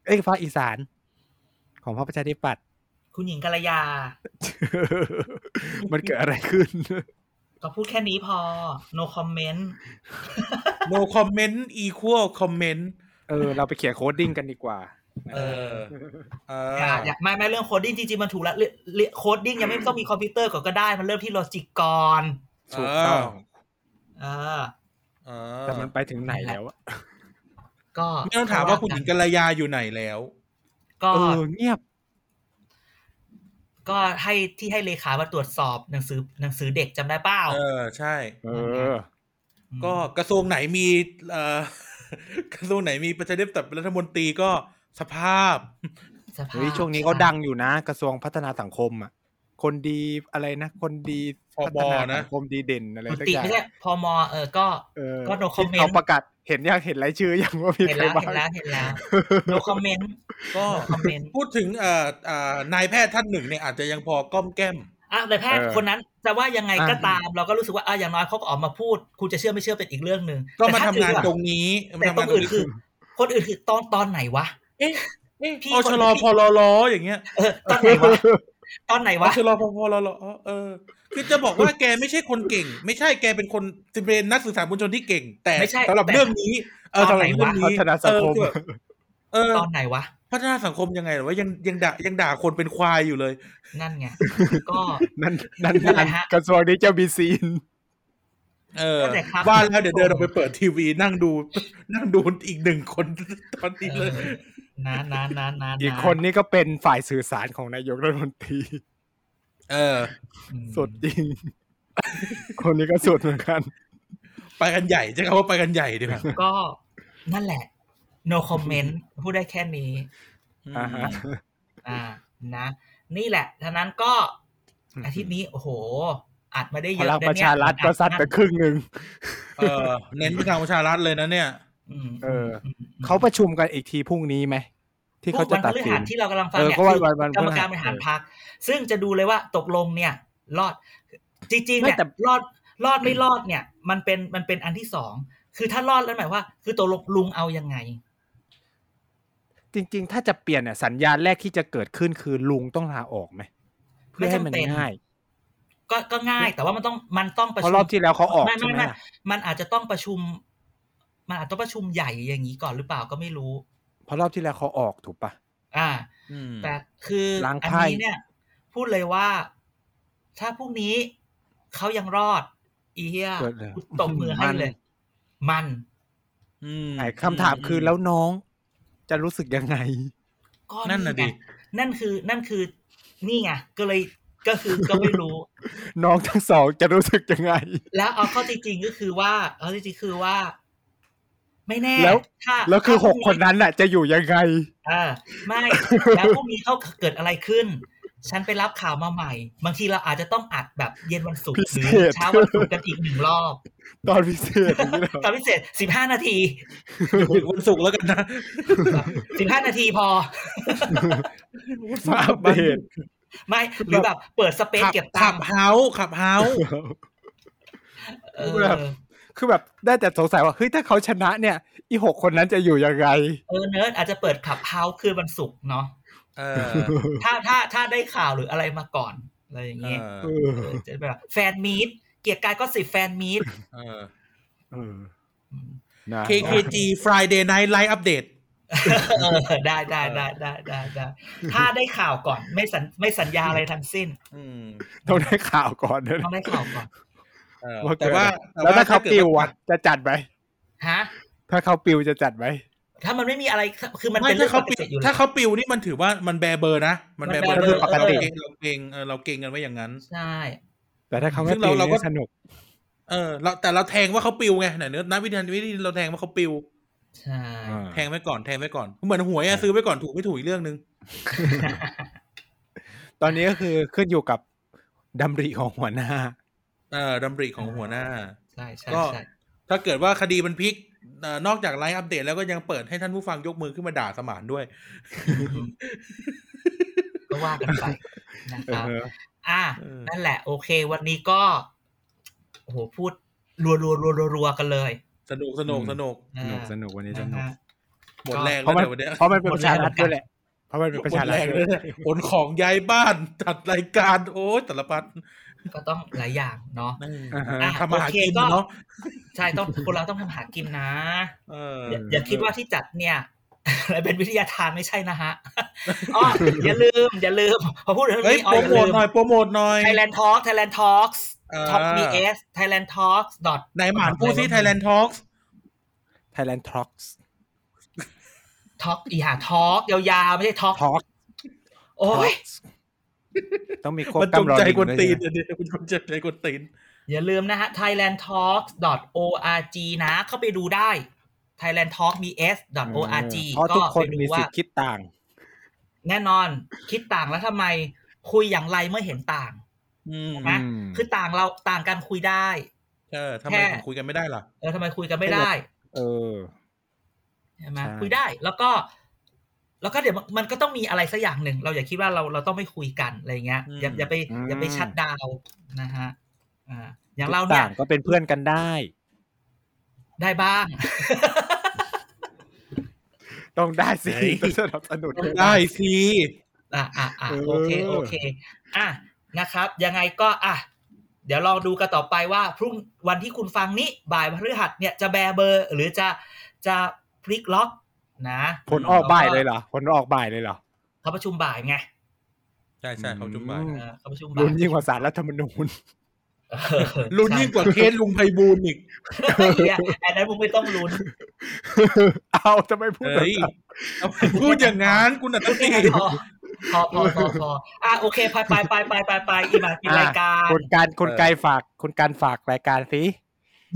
เอ้ยภาคอีสาน ของพรรคประชาธิปัตย์ [laughs]
คุณหญิงกัลยา
มันเกิดอะไรขึ้น
ก็พูดแค่นี้พอ no comment
โนคอมเมนต์อีควอลคอมเมนต์
เออ เราไปเขียนโคดดิ้งกันดีกว่า
เออ
เอ
อย่า
อ
อย่าไม่ไม่เรื่องโคดดิ้งจริงๆ มันถูกแล้วเรื่องเรื่องโคดดิ้งยังไม่ต้องมีคอมพิวเตอร์ก่อนก็ได้ มันเริ่มที่โลจิกก่อน
ถูกต้อง
เออ
เออ
แต่มันไปถึงไหนแล้วอะ
ก็
ไม่ต้องถามว่าคุณหญิงกัลยาอยู่ไหนแล้ว
ก็
เออเงียบ
ก็ให้ที่ให้เลขามาตรวจสอบหนังสือหนังสือเด็กจำได้เปล่า
เออใช่
เออ
ก็กระทรวงไหนมีเอ่ [laughs] อกระทรวงไหนมีประชาธิปไตยเป็นรัฐมนตรีก็สภาพ
สภาพ
เฮ้ยช่วงนี้เขาดังอยู่นะ กระทรวงพัฒนาสังคมอ่ะ คนดีอะไรนะ คนดี
พบ
พัฒนา
นะ
สังคมดีเด่นอะไร
คุณ
สัก
ติ
อย่าง
ไม่ใช่พมเออก็
เออ
ก็ no
ที่
comment
เขาประกาศเห็นยังเห็นรายชื่อยังว่ามี
เห็น
ใคร
แล้ว
บ้า
เห็
ง
นแล้วเห็นแล้ว no comment [laughs]
ก็
no comment
พูดถึงเอ่อเอ่อนายแพทย์ท่านหนึ่งเนี่ยอาจจะยังพอก้อมแก้ม
อ่ะแต่แพทย์คนนั้นจะว่ายังไงก็ตามเราก็รู้สึกว่าอ่ะอย่างน้อยเขาก็ออกมาพูด คุณจะเชื่อไม่เชื่อเป็นอีกเรื่องหนึ่ง
ก็มา
แต่
ทำ
ท่อื่
งาน
อะ
ตรงนี้มา
แต่
ทำงาน นต
ค
รง
อื่น
นี้
คือ คนอื่นคือตอนตอนไหนวะ
เอ๊ะเอ๊ะ
พี่
อชล
คนที่
พลลออย่างเงี้ย
เออตอนไหนวะตอนไหน
อ
วะ
ชลพลลอเออ คือจะบอกว่าแกไม่ใช่คนเก่ง ไม่ใช่แกเป็นคนเป็นนักสื่อสารมวลชนที่เก่ง แต่
ไม่ใช่
สำหรับ
แต่
เรื่องนี้เออ
ตอ
สำ
น
ห
ไหน
รับเรื่อง
วะ
นี้
พัฒนาสังคม
เออคือเออ
ตอนไหนวะ
พัฒนาสังคมยังไงหรอว่ายังยังด่ายังด่าคนเป็นควายอยู่เลย
นั่นไง ก็
นั่นนั่น
นั่นแหละฮะ
กระทรวงนี้จะมีซีน
เออ
นั่นแหละครับ
ว่าแล้วเดี๋ยวเดินออกไปเปิดทีวีนั่งดู นั่งดูอีกหนึ่งคนตอนนี้
เอ
เล
อย นานนานนานนาน
อีกคนนี่ก็เป็นฝ่ายสื่อสารของนายกรัฐมนตรี
เออ
อืม
สุดจริง คนนี้ก็สุดเหมือนกัน
ไปกันใหญ่ใช่คำว่าไปกันใหญ่ดีกว่า
ก็นั่นแหละ no comment พูดได้แค่นี้
อ่าฮะ
อ่านะ นี่แหละท่านั้นก็อาทิตย์นี้ โอ้โห อัดมาได้
พ
เยอะ
ลัง
น
ประชารัฐก็ซัดไปครึ่งหนึ่ง
เออเน้นไปทางประชารัฐเลยนะเนี่ย
อืม
เออ
มม
เขาประชุมกันอีกทีพรุ่งนี้ไหม ที่เขาจะตัด
วันพฤ
สิ
หั
น
ที่เรากำลังฟัง
เออ
เนี่ย
ก็วันวันวัน
กรรมการ
พ
บ
ฤหัส
ริหารพัก ซึ่งจะดูเลยว่าตกลงเนี่ย รอด จริงๆ
ไม่
เนี่ย
แต่
รอดรอดไม่รอดเนี่ย มันเป็นมันเป็นอันที่สองคือถ้ารอดแล้วหมายว่า คือตกลงลุงเอายังไง
จริง ๆ ถ้าจะเปลี่ยนเนี่ยสัญญาณแรกที่จะเกิดขึ้นคือลุงต้องลาออกไหมเพื่อให้มัน
ไม่จำเป็น
ง่าย
ก็ก็ง่าย แต่ว่ามันต้องมันต้องประ
เพ
ชุ
ราะ
ม
รอบที่แล้วเขาออก
ไม่
ใช่
ไม่
ไหม
ไม่
ล่ะ
มันอาจจะต้องประชุม มันอาจจะต้องประชุมใหญ่อย่างนี้ก่อนหรือเปล่าก็ไม่รู้
เพราะรอบที่แล้วเขาออกถูกปะ
อ่า
อืม
แต่คือ
ล้าง
อัน
ไพ่
นี้เนี่ย พูดเลยว่า ถ้าพรุ่งนี้เขายังรอด อีเหี้ย
เกิดเลย
กูตบมือให้เลย มัน
อืม
ไอ้คำถามคือแล้วน้อง จะรู้สึกยังไง
ก็
นั่นน่ะดิ
ไงนั่นคือ นั่นคือ นี่ไงก็เลยก็คือก็ไม่รู้
น้องทั้งสองจะรู้สึกยังไง
แล้วเอาเข้อจริงๆก็คือว่า เอาจริงๆคือว่า ไม่แน่
แล้ว
ถ้า
แล้วคือ
ถ้า
หก
พรุ่ง
คนนั้นน่ะ จะอยู่ยังไง
อ่าไม่
[laughs]
แล้วพรุ่งนี้เขาเกิดอะไรขึ้น ฉันไปรับข่าวมาใหม่ บางทีเราอาจจะต้องอัดแบบเย็นวันศุกร์
พิ
หรื
เศ
อ
ษ
เช้าวันศุกร์กันอีกหนึ่งรอบ
ตอนพิเศษอย่าง
[laughs]
นี้เหรอ
ตอนพิเศษสิบห้านาที
ถึงวันศุกร์แล้วกันนะ
สิบห้านาทีพอ
มาอัปเดต
ไม่หรือแบบเปิดสเปซ
ขับ
เก็บตั
ขั
ง
บ
ค์
เฮาขับเฮา
เออ
แบบ คือแบบได้แต่สงสัยว่าเฮ้ยถ้าเขาชนะเนี่ย อีหกคนนั้นจะอยู่ยังไง
เออเนิร์ดอาจจะเปิดขับเฮาคืนวันศุกร์เนาะ
เออ
ถ้าถ้าถ้าได้ข่าวหรืออะไรมาก่อนอะไรอย่าง
เอ
เงี้ย
อ
เออ
เออจะแบบแฟนมีตเกียรติกายก็สิบแฟนมีต
เออ
เออนะ
KKG Friday Night Live Update
เออได้ได้ได้ได้ได้ได้ถ้าได้ข่าวก่อนไม่สัญไม่สัญญาอะไรทั้งสิ้น
อืม
ต้องได้ข่าวก่อนด้วย
ต้องได้ข่าวก่อน
เออ
ว่าเกิ
แต่
ด
ว่าต่
แล้วถ้าเขาปิวอ่ะจะจัดไหม
ฮะ
ถ้าเขาปิวจะจัดไหม
ถ้ามันไม่มีอะไรคือมัน
ไม่
เป็นเรื่
ถ้า
อง
เขา
ปก
ปิว
ติอยู่แล้
ถ้าว เขาปิวนี่มันถือว่ามันแบร์เบอร์นะ มันแบร์เบอร์
มันแบร์เบอร์
เราเงเราเกรงเออเราเกรงกันไว้อย่างนั้น
ใช่
แต่ถ้าเขา
ซึ่
ไม่
ง
ปิ
เรา
ว
เราก็
นี่สนุก
เออเราแต่เราแทงว่าเขาปิวไงไหนเนื้อนักวิทยาวิทยาเราแทงว่าเขาปิว
ใช่
แทงไว้ก่อนแทงไว้ก่อนเหมือนหวยอะซื้อไว้ก่อนถูกไม่ถูกอีกเรื่องนึง
ตอนนี้ก็คือขึ้นอยู่กับดำริของหัวหน้า
เออดำริของหัวหน้า
ใช่ใช่
ก็
ใช่
ถ้าเกิดว่าคดีมันพลิกเอ่อนอกจากไลฟ์อัปเดตแล้วก็ยังเปิดให้ท่านผู้ฟังยกมือขึ้นมาด่าสมานด้วย
ก็ว่ากันไปนะครับ
เออ
อ่ะ
เออ
นั่นแหละ โอเค วันนี้ก็โอ้โหพูดรัวรัวรัวรัวรัวกันเลย
สนุกสนุก
อื
ส
ม
นุก
สนุกสนุก
อ่า
วันนี้ส
นะ
นุก
ฮะ
หมดแรง
เพ
แล้วเดี๋
ราะมัน
ยววันเนี้ย
เพราะมันเป็นประชารัฐด้วยแหละ เพราะมันเป็นประ
หม
ชา
ด
รั
แร
ฐ
งเล
ด้วย ย
เนี่ยขนของย้ายบ้านจัดรายการ โอ้ยแต่ละปัด
ก็ต้องหลายอย่างเนาะ
อ่าฮะ
อ่ะ
ทำมาหา
โอเค
กิน
ก็
เนาะ
ใช่
[laughs]
ต้องคนเราต้องทำหากินนะ
เออ
อย่าอย่าคิดว่าที่จัดเนี่ย [laughs] อะไรเป็นวิทยาทานไม่ใช่นะ
[laughs]
ฮะอ๋ออย่าลืม อย่าลืม พอพูดถึงเรื่อง
เฮ้ย
นี้อ๋
โป
อ
ร
อย่า
โม
ลื
ท
ม
หน่อยโปรโมทหน่อย
Thailand Talk Thailand Talks
อ่า
Talk BS Thailand Talks dot
ไหนหมานพูดซิ Thailand Talks
Thailand Talks
Talk อีหา Talk ยาวๆ ไม่ใช่ Talk
Talk
โอ้ย
Talks ต้องมีโค้ด
มันจง
กำรอ
ใจ
ลิง
กวน
ด้วย
ตีน
ใช่ไหม
เดี๋ยวนี้มันจงใจกวนตีน
อย่าลืมนะฮะ thailandtalks.org นะ เข้าไปดูได้ thailandtalkbs.org
เพราะ
ก็
ทุกคน
ไปดู
มีสิท
ว่า
ธิ์คิดต่าง
แน่นอนคิดต่างแล้วทำไมคุยอย่างไรเมื่อเห็นต่าง
อืม
นะ
อืม
คือต่างเราต่างกันคุยได้
เออทำไมถึงคุยกันไม่ได้ล่ะ
เออทำไมคุยกันไม่ได้
เออ
ใช่ไหม
ใช่
คุยได้แล้วก็ แล้วก็เดี๋ยวมันมันก็ต้องมีอะไรสักอย่างหนึ่ง เราอย่าคิดว่าเราเราต้องไม่คุยกันอะไรเงี้ย
อืม
อย่าอย่าไป
อืม
อย่าไปชัดดาวน์นะฮะอ่าอย่าง
คิด
เราเนี่ย
ต่างก็เป็นเพื่อนกันได้
ได้บ้าง
ต้องได้สิ
ไหน
ต้องสนับสนุน
ได้สิ
อ่ะอ่ะอ่ะ
เออ
โอเคโอเคอ่ะนะครับ ยังไงก็อ่ะเดี๋ยวลองดูกันต่อไปว่าพรุ่งวันที่คุณฟังนี้บ่ายพฤหัสเนี่ยจะแบร์เบอร์ หรือจะจะพลิกล็อกนะ
ผลออกบ่ายเลยเหรอ ผลออกบ่ายเลยเหรอ
เขาประชุมบ่ายไง
ใช่ใช่เขาจุ่มบ่าย
อืม
เออเขาประชุมบ่า
ลุ้น
ย
ยิ่งกว่าสารรัฐธรรมนูญ
เออ
ลุ้นยิ่งกว่าเคสลุงไพบูลย์อีก
[laughs]
ใช่ไอ้เหี้ยอันนั้นมึงไม่ต้องลุ้น
เอาจะไม่พูดแบบ
เฮ้ย
นั้น
เอาพูดอย่างงั้นคุณอัตตี
พอพอพอพอพออ่ะโอเคไปไปไปไปไปไปอีหมาเป็นรายการ
คุณการคุณไกลฝากคุณการฝากรายการสิ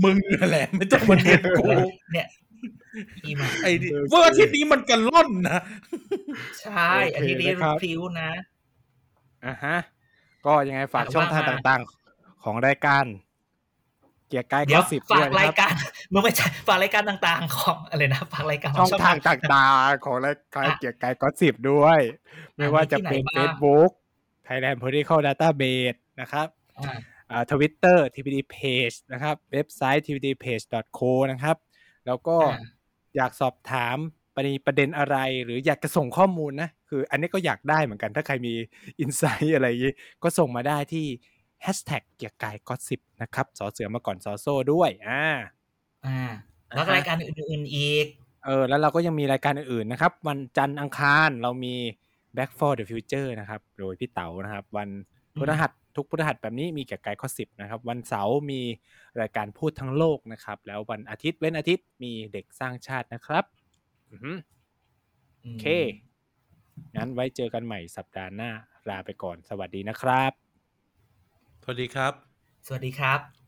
มึงนั่นแหละ ไม่ต้องมาเนียนกู
เนี่ยอีหมา
ไอ้ดิเวอร์ที่นี้มันกันล่อนนะ
ใช่อันนี้เรียน
โอเคนะครับ
ฟิวนะ
อ่ะฮะ ก็ยังไงฝาก
อ่ะ
ช่องทาง
ว่ามา
ต่างๆ ของรายการ เกียร์กาย
เดี๋ยว
สิบ
ฝา
ด้วย
ก
นะ
ราย
ครับ
การ [laughs] มึงไม่ใช่ฝากรายการต่างๆ ของอะไรนะฝากรายการข
ช่
อ
อง ง
ช่อง
ทา
ทาง ง
ต่างๆของรายการ
อ่ะ
เกียร์กายก็สิบด้วย ไม่ว่าจะเป็น
มีที่ไหนบ้าง
Facebook Thailand Political Database นะครับ
อ่า
อ่าทวิตเตอร์ TPD Page นะครับ เว็บไซต์ TPD Page co นะครับ แล้วก็
อ่า
อยากสอบถามประเด็นประเด็นอะไร หรืออยากจะส่งข้อมูลนะ คืออันนี้ก็อยากได้เหมือนกัน ถ้าใครมีอินไซต์อะไรอย่างงี้ก็ส่งมาได้ที่ Hashtag เกียร์กายก็สิบนะครับสอเสือมาก่อนสอโซ่ด้วยอ่า
อ่าแล้วก็รายการอื่นๆอีก
เออแล้วเราก็ยังมีรายการอื่นๆนะครับ วันจันทร์อังคารเรามี Back for the Future นะครับ โดยพี่เต๋านะครับ วัน
อืม
พฤหัสทุกพฤหัสแบบนี้มีเกี่ยวกับไกด์ข้อสิบนะครับ วันเสาร์มีรายการพูดทั้งโลกนะครับ แล้ววันอาทิตย์เว้นอาทิตย์มีเด็กสร้างชาตินะครับอือหือ
อืม
โอเค งั้นไว้เจอกันใหม่สัปดาห์หน้าลาไปก่อนสวัสดีนะครับ
สวัสดีครับ
สวัสดีครับ